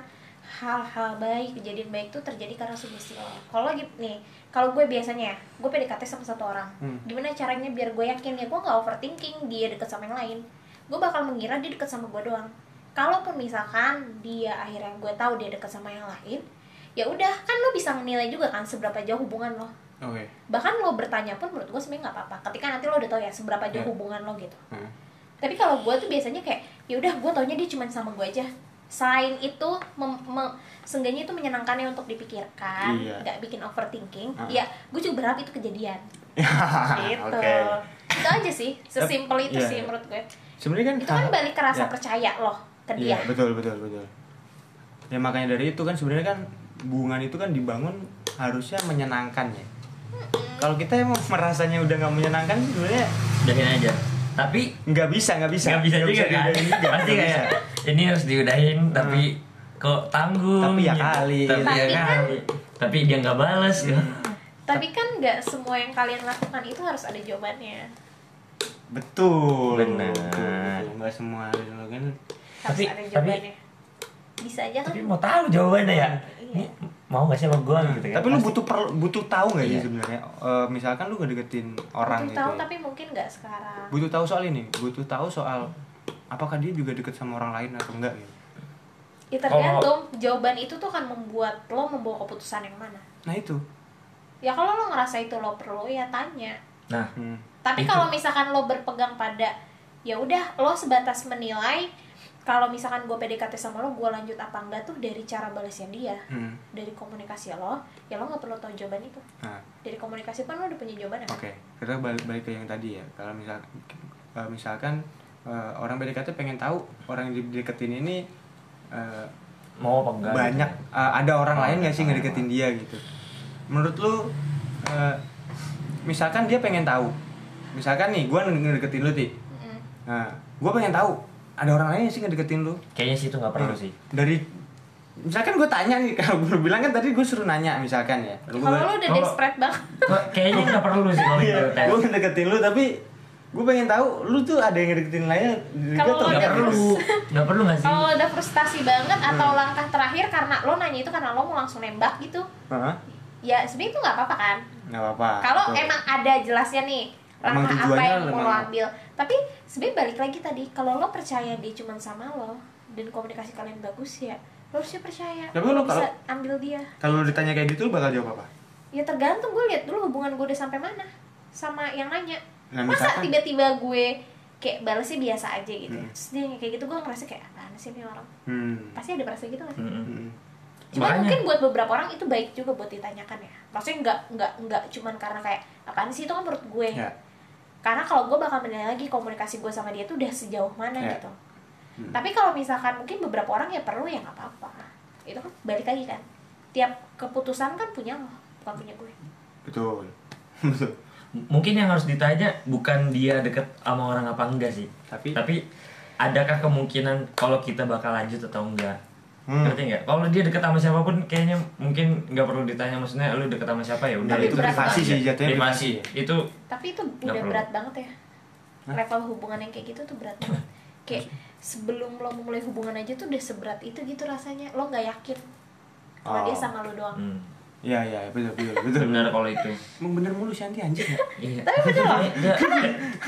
C: hal-hal baik kejadian baik itu terjadi karena sugesti lo kalau gitu nih kalau gue biasanya ya, gue PDKT sama satu orang
A: Hmm.
C: gimana caranya biar gue yakin ya gue nggak overthinking dia deket sama yang lain gue bakal mengira dia deket sama gue doang kalaupun misalkan dia akhirnya gue tahu dia deket sama yang lain ya udah kan lo bisa menilai juga kan seberapa jauh hubungan lo
A: oke
C: bahkan lo bertanya pun menurut gue sebenarnya nggak apa-apa ketika nanti lo udah tahu ya seberapa jauh
A: Ya.
C: hubungan lo gitu
A: Nah,
C: tapi kalau gue tuh biasanya kayak ya udah gue taunya dia cuma sama gue aja selain itu mem- me- seenggaknya itu menyenangkannya untuk dipikirkan
A: Iya.
C: nggak bikin overthinking
A: Ah.
C: ya gue juga berharap itu kejadian gitu
A: oke
C: itu aja sih sesimpel itu
A: Iya.
C: sih menurut gue
A: sebenarnya kan
C: itu kan
A: hal-
C: balik ke rasa
A: ya.
C: percaya loh ke dia
A: Iya, betul betul betul. Ya makanya dari itu kan sebenarnya kan hubungan itu kan dibangun harusnya menyenangkan ya. Kalau kita emang merasanya udah nggak menyenangkan sebenarnya
B: udahin aja tapi
A: nggak bisa nggak bisa
B: nggak bisa juga kan
A: diudahin juga,
B: pasti
A: nggak
B: kayak
A: bisa. Hmm.
B: ini harus diudahin tapi kok tanggung
A: Tapi ya
B: gitu.
A: kali. Hmm.
B: tapi ya
C: Tapi kan-
B: kali tapi dia nggak balas gitu.
C: tapi kan nggak semua yang kalian lakukan itu harus ada jawabannya
A: Betul.
B: Benar.
A: betul, betul. Nggak semua harus kan.
C: harus
B: Tapi-
C: ada
B: tapi-
C: jawabannya bisa aja kan
B: tapi mau tahu jawabannya
A: Iya.
B: ya ini mau nggak sih sama gue gitu kan
A: Tapi lu butuh perlu butuh tahu nggak sih
B: Iya.
A: sebenarnya? Eh, misalkan lu ngedeketin orang
C: butuh
A: gitu.
C: tahu
A: ya.
C: tapi mungkin nggak sekarang
A: Butuh tahu soal ini, butuh tahu soal apakah dia juga deket sama orang lain atau enggak gitu.
C: Ya tergantung
B: Oh.
C: jawaban itu tuh akan membuat lo membawa keputusan yang mana.
A: Nah itu.
C: Ya kalau lo ngerasa itu lo perlu ya tanya.
B: nah
A: Hmm.
C: Tapi kalau misalkan lo berpegang pada ya udah lo sebatas menilai kalau misalkan gue PDKT sama lo gue lanjut apa enggak tuh dari cara balasnya dia,
A: Hmm.
C: dari komunikasi lo, ya lo nggak perlu tahu jawaban itu.
A: Nah.
C: Dari komunikasi pun lo udah punya jawaban ya.
A: Oke, kita balik, balik ke yang tadi ya. Kalau misal, eh, misalkan eh, orang PDKT pengen tahu orang yang dideketin ini eh,
B: mau apa enggak
A: banyak
B: gitu.
A: eh, ada orang
B: Oh,
A: lain nggak sih
B: ada
A: ngedeketin dia gitu. Menurut lu, eh, misalkan dia pengen tahu, misalkan nih, gue ngedeketin lu ti,
C: Mm-mm.
A: nah, gue pengen tahu ada orang lain nggak sih ngedeketin lu. Iya.
B: kayaknya sih itu nggak perlu sih
A: Dari misalkan gue tanya nih kalau gue bilang kan tadi gue suruh nanya misalkan ya Lalu gua-
C: Kalau lo udah
B: Kalau-
C: desperate banget,
B: Kok kayaknya nggak perlu sih kalau gitu
A: Iya,
B: tes
A: gue ngedeketin lu tapi gue pengen tahu lu tuh ada yang ngedeketin lainnya juga
C: Kalau
A: atau
C: lu
B: nggak
A: nggak?
C: ada-
B: perlu nggak perlu nggak sih
A: Oh.
C: kalau udah frustasi banget atau
A: Hmm.
C: langkah terakhir karena lo nanya itu karena lo mau langsung nembak gitu,
A: Hah?
C: ya sebenarnya itu nggak apa-apa kan?
A: nggak apa-apa
C: kalau
A: Betul.
C: emang ada jelasnya nih
A: Emang
C: langkah apa
A: tujuannya
C: yang mau lo
A: emang-
C: ambil tapi sebenarnya balik lagi tadi kalau lo percaya dia cuma sama lo dan komunikasi kalian bagus ya lo harusnya percaya
A: Tapi
C: lo
A: lo
C: bisa
A: kalau-
C: ambil dia
A: kalau lu ditanya kayak gitu lu bakal jawab apa
C: ya tergantung gue lihat dulu hubungan gue udah sampai mana sama yang nanya
A: Nah,
C: masa
A: misalkan-
C: tiba-tiba gue kayak balesnya biasa aja gitu ya. terus dia kayak gitu gue ngerasa kayak apaan sih ini orang
A: Hmm.
C: pasti ada perasaan gitu nggak sih
B: Mm-mm.
A: Hmm.
C: Cuma
B: Makanya.
C: mungkin buat beberapa orang itu baik juga buat ditanyakan ya. Maksudnya nggak nggak nggak cuman karena kayak apaan sih itu kan menurut gue.
A: Ya.
C: Karena kalau gue bakal menilai lagi komunikasi gue sama dia tuh udah sejauh mana
A: Ya.
C: gitu.
A: Hmm.
C: Tapi kalau misalkan mungkin beberapa orang ya perlu ya nggak apa-apa. Itu kan balik lagi kan. Tiap keputusan kan punya lo, bukan punya gue.
A: Betul. Betul.
B: M- mungkin yang harus ditanya bukan dia deket sama orang apa enggak sih
A: Tapi-
B: tapi adakah kemungkinan kalau kita bakal lanjut atau enggak
A: Hmm.
B: ngerti nggak kalau dia deket sama siapapun kayaknya mungkin nggak perlu ditanya maksudnya lu deket sama siapa ya
A: Nah,
B: udah
A: itu
C: berat
A: privasi
C: banget.
A: sih jatuhnya
B: privasi itu
C: Tapi itu
B: Nggak
C: udah
B: perlu.
C: berat banget ya. Level hubungan yang kayak gitu tuh berat banget. Kayak sebelum lo mulai hubungan aja tuh udah seberat itu gitu rasanya. Lo nggak yakin kalau
A: Oh.
C: dia sama lo doang.
B: hmm,
A: Iya iya betul betul betul.
B: benar kalau itu
A: Emang bener mulu Shanti anjing ya?
B: iya Nggak, te-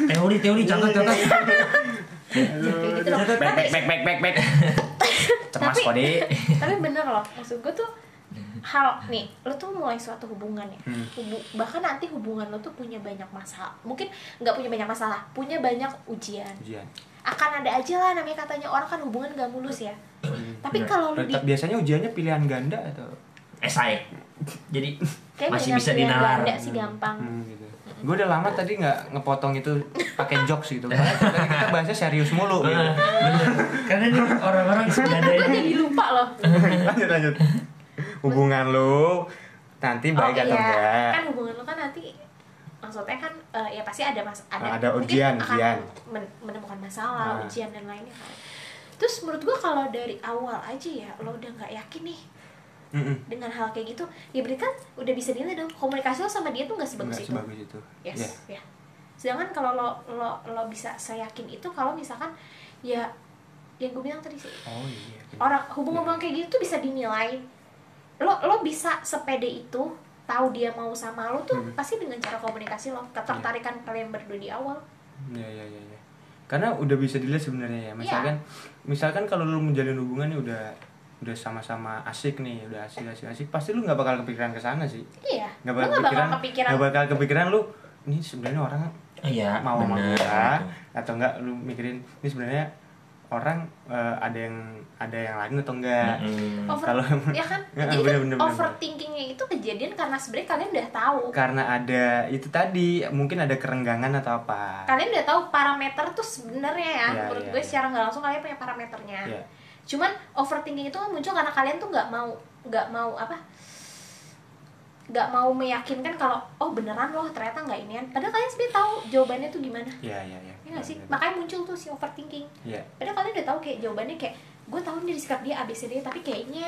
B: teori teori
A: Iya,
B: catat catat
C: Kayak gitu loh.
A: Back
C: Tapi-
A: back back back back back. Cemas
C: Tapi-
A: kok deh.
C: tapi bener loh maksud gue tuh hal nih lo tuh mulai suatu hubungan ya Hubu- bahkan nanti hubungan lo tuh punya banyak masalah mungkin nggak punya banyak masalah punya banyak ujian
A: Ujian.
C: akan ada aja lah namanya katanya orang kan hubungan gak mulus ya tapi kalau lo di
A: Tetap biasanya ujiannya pilihan ganda atau
B: esai Eh, jadi
C: kayak
B: masih
C: banyak
B: bisa
C: pilihan
B: dinalar
C: ganda sih gampang
A: Hmm, gitu. Gue udah lama tadi nggak ngepotong itu pakai jokes gitu. Karena tadi kita bahasnya serius mulu. Gitu.
B: Benar, benar. karena ini orang-orang sudah ada
C: Ntar gue Kan jadi lupa loh
A: lanjut lanjut. Hubungan lu nanti
C: oh
A: baik atau
C: iya
A: enggak?
C: kan hubungan lo kan nanti maksudnya kan eh, ya pasti ada mas
A: Ah,
C: ada,
A: Ada
C: mungkin
A: ujian,
C: akan
A: ujian.
C: men- menemukan masalah
A: Nah.
C: ujian dan lainnya kan terus menurut gua kalau dari awal aja ya lo udah nggak yakin nih Kan
A: Mm-mm.
C: dengan hal kayak gitu ya berarti kan udah bisa dinilai dong komunikasi lo sama dia tuh nggak sebagus
A: Nggak
C: itu
A: sebagus itu.
C: yes
A: Iya.
C: ya sedangkan kalau lo lo lo bisa seyakin itu kalau misalkan ya yang gue bilang tadi sih
A: Oh iya.
C: orang hubungan-hubungan kayak gitu tuh bisa dinilai lo lo bisa sepede itu tahu dia mau sama lo tuh pasti dengan cara komunikasi lo ketertarikan kalian berdua di awal
A: Iya iya iya. iya. Karena udah bisa dilihat sebenarnya ya. Misalkan
C: Iya.
A: misalkan kalau lu menjalin hubungan nih udah udah sama-sama asik nih, udah asik asik asik, pasti lu nggak bakal kepikiran ke sana sih.
C: iya
A: Nggak
C: lo
A: bakal
C: nggak
A: kepikiran,
C: bakal kepikiran
A: nggak bakal kepikiran lu ini sebenarnya orang
B: iya
A: mau sama
B: benar.
A: gua atau enggak lu mikirin ini sebenarnya orang eh, ada yang ada yang lain atau enggak.
B: Mm-mm.
C: over
A: Kalau
C: ya kan
A: Ya, bener,
C: jadi kan
A: bener, bener.
C: overthinkingnya itu kejadian karena sebenarnya kalian udah tahu
A: karena ada itu tadi mungkin ada kerenggangan atau apa.
C: kalian udah tahu parameter tuh sebenarnya ya
A: Iya,
C: menurut
A: iya,
C: gue
A: iya.
C: secara nggak langsung kalian punya parameternya
A: Iya.
C: cuman overthinking itu kan muncul karena kalian tuh nggak mau nggak mau apa nggak mau meyakinkan kalau oh beneran loh ternyata nggak inian padahal kalian sebenarnya tahu jawabannya tuh gimana
A: Iya iya iya.
C: ya nggak sih makanya muncul tuh si overthinking
A: Iya.
C: padahal kalian udah tahu kayak jawabannya kayak gue tahu nih dari sikap dia ABCD tapi kayaknya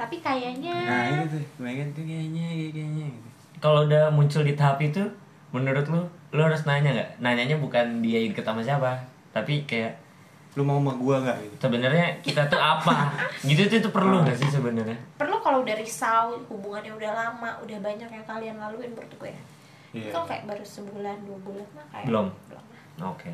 C: tapi kayaknya
A: Nah, itu tuh, kebanyakan tuh kayaknya kayaknya gitu.
B: kalau udah muncul di tahap itu menurut lu lu harus nanya nggak nanyanya bukan dia yang deket sama siapa tapi kayak
A: lu mau sama gua nggak gitu
B: sebenarnya kita tuh apa gitu tuh itu perlu nggak sih sebenarnya
C: perlu kalau udah risau hubungannya udah lama udah banyak yang kalian laluin menurut gue ya
A: Iya.
C: kalau kayak baru sebulan dua bulan mah kayak
B: Belum.
C: belum lah.
B: oke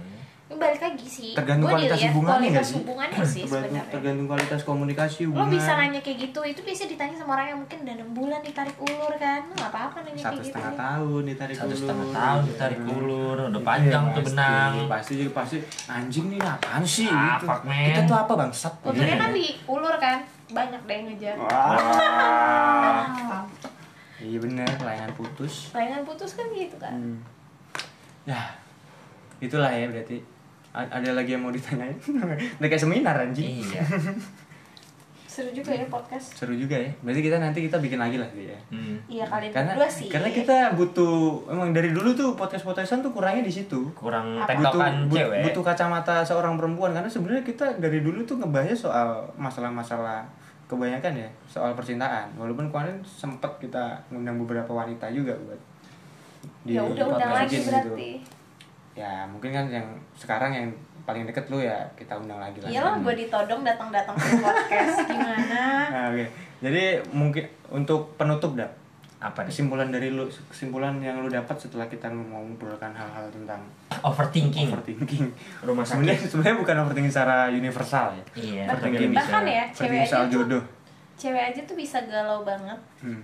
C: Ini balik lagi sih
A: tergantung
C: Gua
A: kualitas
C: dilihat
A: hubungannya nggak
C: kualitas
A: sih
C: hubungannya sih
A: tergantung,
C: sebenarnya
A: tergantung kualitas komunikasi
C: lo
A: hubungan
C: bisa nanya kayak gitu itu biasanya ditanya sama orang yang mungkin udah enam bulan ditarik ulur kan lo nggak apa-apa nanya
A: satu
C: kayak gitu
A: setengah tahun ditarik
B: satu
A: ulur.
B: setengah tahun
A: Iya.
B: ditarik ulur udah
A: Iya,
B: panjang tuh
A: pasti.
B: benang
A: pasti juga pasti anjing nih apaan sih
B: Ah,
A: gitu.
B: fuck, man.
A: kita tuh apa bangsat Iya.
C: untungnya kan diulur kan banyak deh yang ngejar
A: Wah. iya bener layanan putus
C: layangan putus kan gitu kan
A: ya itulah ya berarti A- ada lagi yang mau ditanyain udah kayak seminar anjing
B: iya
C: seru juga ya podcast
A: seru juga ya berarti kita nanti kita bikin lagi lah gitu ya
B: Hmm.
C: iya kalian
A: karena
C: berdua sih
A: karena kita butuh emang dari dulu tuh podcast podcastan tuh kurangnya di situ
B: kurang
C: Apa?
B: tektokan
A: but-
B: cewek
A: butuh kacamata seorang perempuan karena sebenarnya kita dari dulu tuh ngebahas soal masalah-masalah kebanyakan ya soal percintaan walaupun kemarin sempet kita ngundang beberapa wanita juga buat
C: ya udah undang
A: podcast
C: lagi
A: gitu.
C: berarti
A: ya mungkin kan yang sekarang yang paling deket lu ya kita undang lagi lah
C: iyalah gue ditodong datang datang ke podcast gimana
A: Nah, oke jadi mungkin untuk penutup dah
B: apa nih
A: kesimpulan dari lu kesimpulan yang lu dapat setelah kita mau ngobrolkan hal-hal tentang
B: overthinking
A: overthinking
B: rumah
A: sebenarnya
B: sakit
A: sebenarnya bukan overthinking secara universal ya
B: iya
C: Bahkan-
B: tapi bisa.
C: bahkan ya cewek
A: overthinking
C: aja
A: soal
C: tuh
A: jodoh
C: cewek aja tuh bisa galau banget
A: Hmm.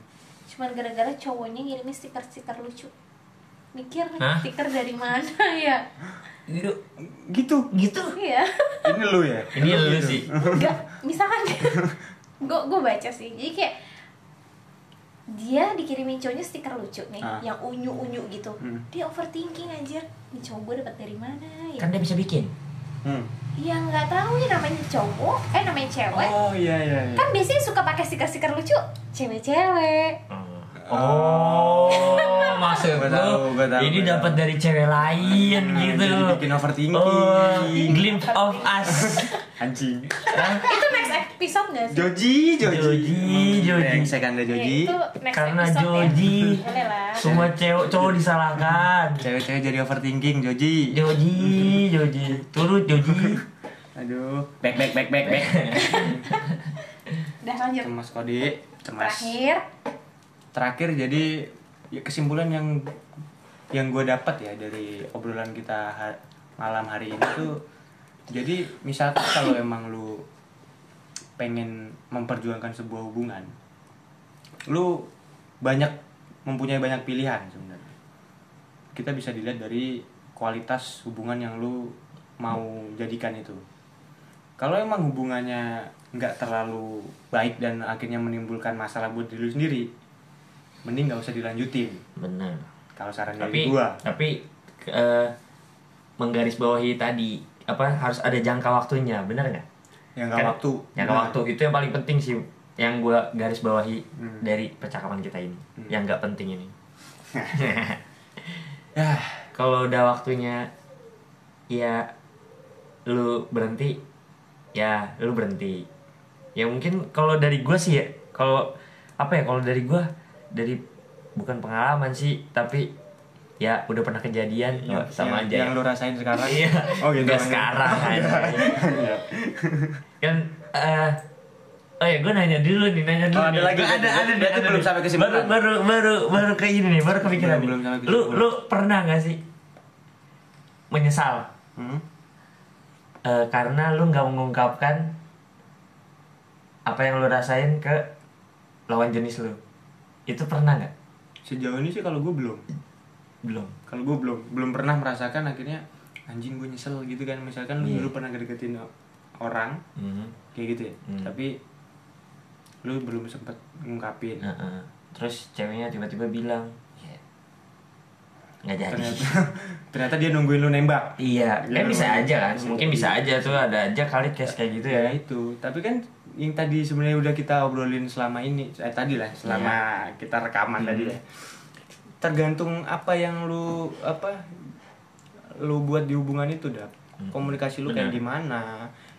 C: cuman gara-gara cowoknya ngirimin stiker-stiker lucu mikir
B: Hah?
C: stiker dari mana ya
B: Gitu.
A: gitu
B: Gitu.
C: iya
A: ini lu ya
B: Ini lu sih.
C: enggak misalkan gue gue baca sih jadi kayak dia dikirimin cowoknya stiker lucu nih
A: Ah.
C: yang unyu unyu gitu
A: Hmm.
C: dia overthinking anjir ini cowok gue dapat dari mana ya
B: Kan dia bisa bikin.
A: Hmm.
C: ya nggak tahu ya namanya cowok eh namanya cewek
A: oh iya iya iya
C: kan biasanya suka pakai stiker-stiker lucu cewek-cewek
B: Oh, maksud
A: Gua
B: lu
A: tahu, gua tahu,
B: ini
A: gua
B: dapat
A: tahu.
B: dari cewek lain
A: Hmm,
B: gitu.
A: jadi bikin overthinking.
B: Oh, glimpse of us.
A: anjing
C: itu next episode nggak sih
A: Joji
B: Joji,
A: Joji
B: Joji.
A: saya kan
C: Ya,
A: Joji
C: itu next
B: Karena
C: episode
B: Joji.
C: ya boleh lah
B: Semua cewek cowok disalahkan.
A: cewek-cewek jadi overthinking Joji
B: Joji, Joji, turut Joji.
A: aduh back back back back back
C: udah lanjut
A: cemas kode cemas
C: terakhir
A: terakhir jadi ya, kesimpulan yang yang gue dapat ya dari obrolan kita ha- malam hari ini tuh jadi misalkan kalau emang lu pengen memperjuangkan sebuah hubungan lu banyak mempunyai banyak pilihan sebenarnya kita bisa dilihat dari kualitas hubungan yang lu mau jadikan itu kalau emang hubungannya nggak terlalu baik dan akhirnya menimbulkan masalah buat diri lu sendiri mending nggak usah dilanjutin
B: Benar.
A: kalau saran dari
B: Tapi
A: gua
B: tapi eh, menggarisbawahi tadi apa harus ada jangka waktunya, benar nggak?
A: yang nggak
B: Kan,
A: waktu
B: Jangka
A: Nah,
B: waktu itu yang paling penting sih yang gue garis bawahi
A: Hmm.
B: dari percakapan kita ini. Yang nggak penting ini.
A: yah,
B: Kalau udah waktunya ya lu berhenti ya lu berhenti. Ya mungkin kalau dari gue sih ya kalau apa ya kalau dari gue dari bukan pengalaman sih tapi ya udah pernah kejadian oh,
A: Iya, yang,
B: sama aja
A: yang
B: ya.
A: lu rasain sekarang
B: Iya.
A: oh gitu
B: Nggak sekarang anjay.
A: Iya.
B: kan eh oh ya gue nanya dulu nih nanya dulu
A: Oh, ada
B: nih.
A: lagi,
B: ada
A: ada,
B: ada
A: ada, berarti
B: ada
A: belum
B: nih.
A: sampai kesimpulan.
B: baru baru baru baru ke ini nih baru kepikiran
A: Belum-
B: nih.
A: belum sampai
B: lu
A: kesimpulan.
B: lu pernah gak sih menyesal
A: Hmm?
B: eh, karena lu nggak mengungkapkan apa yang lu rasain ke lawan jenis lu itu pernah nggak
A: sejauh ini sih kalau gua belum
B: belum
A: kalau gua belum belum pernah merasakan akhirnya anjing gue nyesel gitu kan misalkan lu
B: Iya.
A: dulu pernah deketin orang kayak gitu ya
B: Hmm.
A: tapi lu belum sempet ngungkapin
B: Heeh. terus ceweknya tiba-tiba bilang "Ya, nggak jadi
A: ternyata ternyata dia nungguin lu nembak
B: Iya,
A: Iya,
B: eh bisa
A: iya.
B: aja kan, mungkin bisa aja tuh ada aja kali case kayak gitu ya.
A: ya itu tapi kan yang tadi sebenarnya udah kita obrolin selama ini eh tadi lah selama
B: Iya.
A: kita
B: Hmm.
A: rekaman tadi ya tergantung apa yang lu apa lu buat di hubungan itu dap komunikasi lu kayak
B: Hmm. Benar.
A: gimana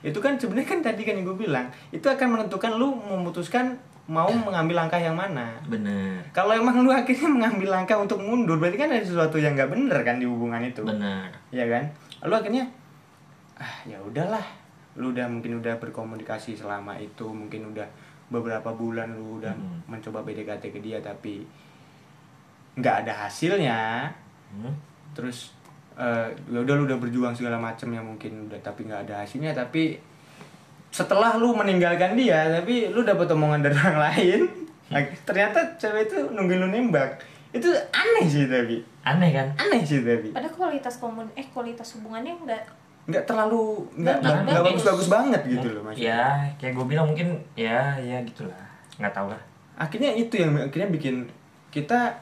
A: itu kan sebenarnya kan tadi kan yang gue bilang itu akan menentukan lu memutuskan mau
B: Nah.
A: mengambil langkah yang mana
B: Bener,
A: kalau emang lu akhirnya mengambil langkah untuk mundur berarti kan ada sesuatu yang nggak bener kan di hubungan itu
B: bener.
A: ya kan lalu akhirnya ah ya udahlah lu udah mungkin udah berkomunikasi selama itu mungkin udah beberapa bulan lu udah
B: Mhm.
A: mencoba PDKT ke dia tapi nggak ada hasilnya
B: Hmm?
A: terus eh, ya udah lu udah berjuang segala macem yang mungkin udah tapi nggak ada hasilnya tapi setelah lu meninggalkan dia tapi lu dapet omongan dari orang lain ternyata cewek itu nungguin lu nembak itu aneh sih tapi
B: Aneh kan?
A: aneh sih tapi
C: padahal kualitas komun eh kualitas hubungannya enggak
A: nggak terlalu nggak
C: Nggak
A: nggak nggak
C: bagus.
A: bagus-bagus banget gitu loh maksudnya.
B: Ya, kayak gue bilang mungkin ya, ya gitulah. Nggak tau lah.
A: Akhirnya itu yang akhirnya bikin kita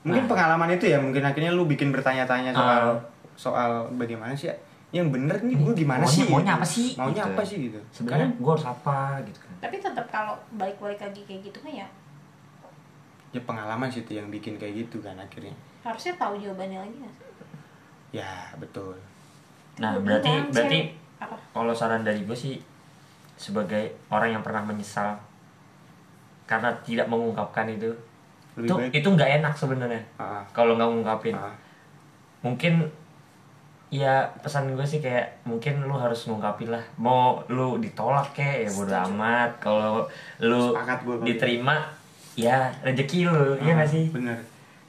A: mungkin
B: Nah.
A: pengalaman itu ya mungkin akhirnya lu bikin bertanya-tanya soal
B: Ah.
A: soal bagaimana sih yang bener nih gue gimana
B: maunya,
A: sih?
B: Maunya
A: gitu.
B: apa sih?
A: Maunya
B: Gitu.
A: apa sih gitu?
B: Sebenarnya gue harus apa gitu kan?
C: tapi tetap kalau balik-balik lagi kayak gitu kan ya
A: Karena ya pengalaman sih itu yang bikin kayak gitu kan akhirnya.
C: harusnya tahu jawabannya lagi nggak sih?
A: Ya betul.
B: Nah,
C: Gua
B: berarti
C: bilang,
B: berarti
C: cewek- apa
B: kalau saran dari gue sih sebagai orang yang pernah menyesal karena tidak mengungkapkan itu,
A: Lebih
B: itu
A: baik.
B: itu nggak enak sebenarnya.
A: Ah,
B: Kalau nggak ngungkapin.
A: ah.
B: mungkin ya pesan gue sih kayak mungkin lu harus ngungkapin lah mau lu ditolak kek ya bodo amat kalau lu
A: Sepakat gua kalau
B: diterima ya rezeki lu
A: Ah,
B: ya gak sih
A: Bener.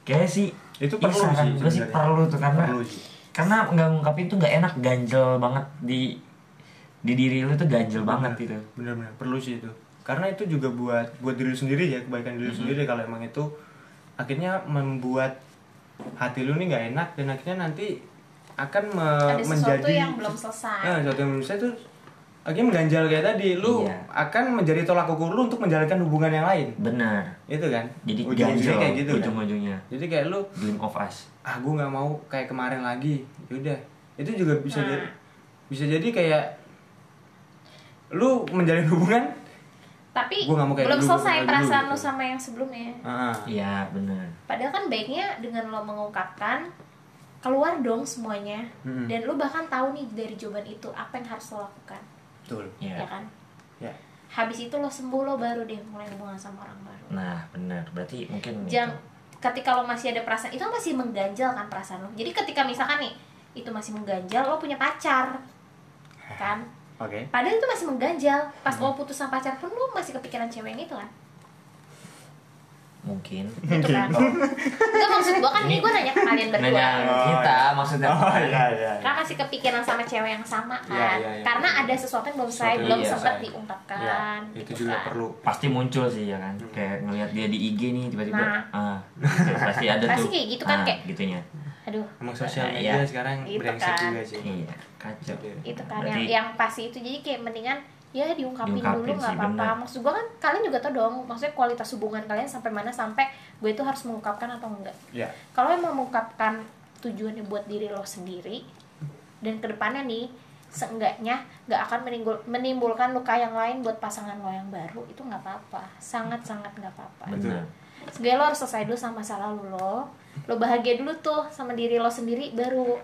B: kayak sih
A: Itu
B: iya,
A: perlu
B: saran
A: sih
B: gue sih
A: sebenarnya.
B: perlu tuh karena
A: Perlu sih.
B: karena nggak ngungkapin tuh nggak enak ganjel banget di di diri lu tuh ganjel banget gitu
A: benar-benar perlu sih itu karena itu juga
B: Mm-hmm.
A: buat buat diri lu sendiri ya kebaikan diri lu sendiri kalau emang itu akhirnya membuat hati lu nih nggak enak dan akhirnya nanti akan me-
C: ada
A: Eh,
C: sesuatu
A: menjadi
C: yang belum selesai
A: Nah, sesuatu yang belum selesai tuh akhirnya mengganjal kayak tadi lu
B: Iya.
A: akan menjadi tolak ukur lu untuk menjalankan hubungan yang lain
B: benar
A: itu kan
B: jadi
A: ujung-ujungnya
B: ganjel
A: kayak gitu kan?
B: ujung-ujungnya
A: jadi kayak lu
B: Dream of Us
A: ah gue nggak mau kayak kemarin lagi yaudah itu juga bisa
C: Nah.
A: jadi bisa jadi kayak lu menjalin hubungan
C: tapi
A: Gua nggak mau kayak
C: belum
A: dulu,
C: selesai
A: kayak dulu
C: perasaan
A: gitu.
C: lu sama yang sebelumnya
A: ah,
B: iya benar
C: padahal kan baiknya dengan lo mengungkapkan keluar dong semuanya
A: Mm-mm.
C: dan lu bahkan tahu nih dari jawaban itu apa yang harus lo lakukan
A: betul
C: ya
B: iya
C: kan
A: ya
C: habis itu lo sembuh lo baru deh mulai hubungan sama orang baru
B: nah benar berarti mungkin gitu.
C: Jang,
B: itu.
C: ketika lo masih ada perasaan itu masih mengganjal kan perasaan lo jadi ketika misalkan nih itu masih mengganjal lo punya pacar kan
A: oke
C: padahal itu masih mengganjal pas lo putus sama pacar pun lo masih kepikiran cewek yang itu kan
B: mungkin
C: gitu kan itu maksud gua kan ini gua nanya ke kalian berdua
B: nanya
A: Oh,
B: kita
A: iya.
B: maksudnya
A: oh
B: Ya,
A: iya iya
C: Karena masih kepikiran sama cewek yang sama kan
A: Iya, iya, iya.
C: karena ada sesuatu yang belum selesai
A: Sesuatu
C: belum
B: yang
C: sempat
A: selesai.
C: diungkapkan
A: Iya, itu
C: gitu
A: juga
C: kan.
A: perlu
B: pasti muncul sih ya kan kayak ngelihat dia di IG nih tiba-tiba
C: Nah.
B: ah gitu. pasti ada
C: Pasti
B: tuh
C: kayak gitu kan,
B: Ah,
C: kayak-
B: gitunya
C: aduh
A: emang sosial
B: Nah,
A: media
B: iya.
A: sekarang
C: Gitu
A: brengsek
C: kan.
A: juga sih
B: iya kacau
C: itu kan yang,
B: Berarti-
C: yang pasti itu jadi kayak mendingan ya diungkapin,
B: Diungkapin
C: dulu nggak
B: sih, bener.
C: apa-apa maksud gua kan kalian juga tau dong maksudnya kualitas hubungan kalian sampai mana sampai gue itu harus mengungkapkan atau enggak
A: ya
C: kalau emang mengungkapkan tujuannya buat diri lo sendiri dan kedepannya nih seenggaknya nggak akan menimbul- menimbulkan luka yang lain buat pasangan lo yang baru itu nggak apa-apa sangat sangat nggak apa-apa
B: benar
C: Sebenarnya lo harus selesai dulu sama masa lalu lo Lo bahagia dulu tuh sama diri lo sendiri Baru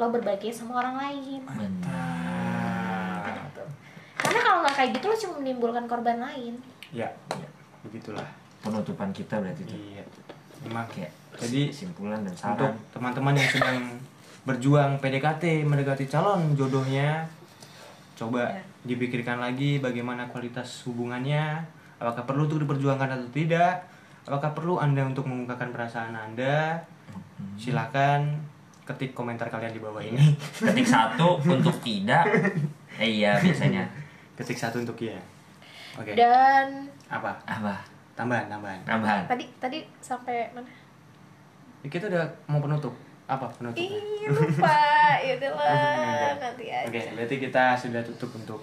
C: lo berbagi sama orang lain
A: Ah,
B: benar
C: Gitu. Karena kalau nggak kayak gitu lo cuma menimbulkan korban lain
A: ya begitulah
B: penutupan kita berarti itu
A: iya emang
B: kayak
A: Jadi,
B: kesimpulan dan
A: untuk
B: saran
A: teman-teman yang sedang berjuang PDKT mendekati calon jodohnya coba
C: Ya.
A: dipikirkan lagi bagaimana kualitas hubungannya apakah perlu untuk diperjuangkan atau tidak apakah perlu anda untuk mengungkapkan perasaan anda silakan ketik komentar kalian di bawah ini
B: ketik satu untuk tidak eh, iya biasanya
A: ketik satu untuk iya oke
C: Dan
A: apa
B: apa
A: tambahan tambahan
B: tambahan
C: tadi tadi sampai mana?
A: Ya, kita udah mau penutup apa penutupnya
C: Ih lupa ya udah lah nanti
A: oke
C: aja
A: berarti kita sudah tutup untuk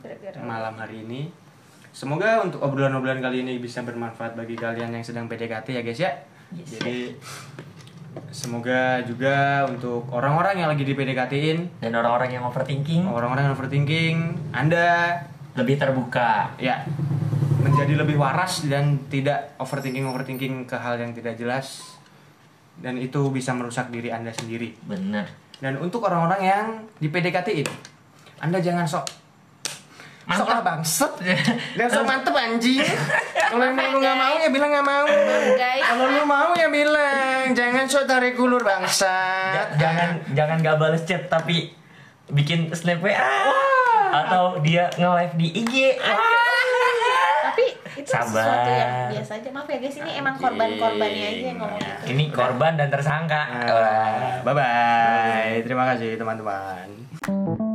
C: Gara-gara.
A: malam hari ini. Semoga untuk obrolan-obrolan kali ini bisa bermanfaat bagi kalian yang sedang PDKT ya guys ya.
B: Yes.
A: Jadi semoga juga untuk orang-orang yang lagi di PDKT-in,
B: dan orang-orang yang overthinking
A: orang-orang yang overthinking, Anda
B: lebih terbuka
A: ya menjadi lebih waras dan tidak overthinking overthinking ke hal yang tidak jelas dan itu bisa merusak diri Anda sendiri.
B: bener
A: Dan untuk orang-orang yang di PDKT-in, Anda jangan sok sok lah bangset. Dan sok mantep anjing. Kalau emang lu nggak mau ya bilang nggak mau.
C: guys.
A: Kalau lu mau ya bilang jangan sok tarik ulur
B: Ja-
A: bangsat.
B: jangan jangan gak bales chat tapi bikin snap WA atau dia nge-live di IG
C: Tapi itu
B: Sabar. Iya.
C: sesuatu yang biasa aja Maaf ya guys ini emang korban-korbannya aja yang ngomong gitu
B: Nah, ini
A: Ah.
B: korban dan tersangka
A: Bye bye. Terima kasih teman-teman.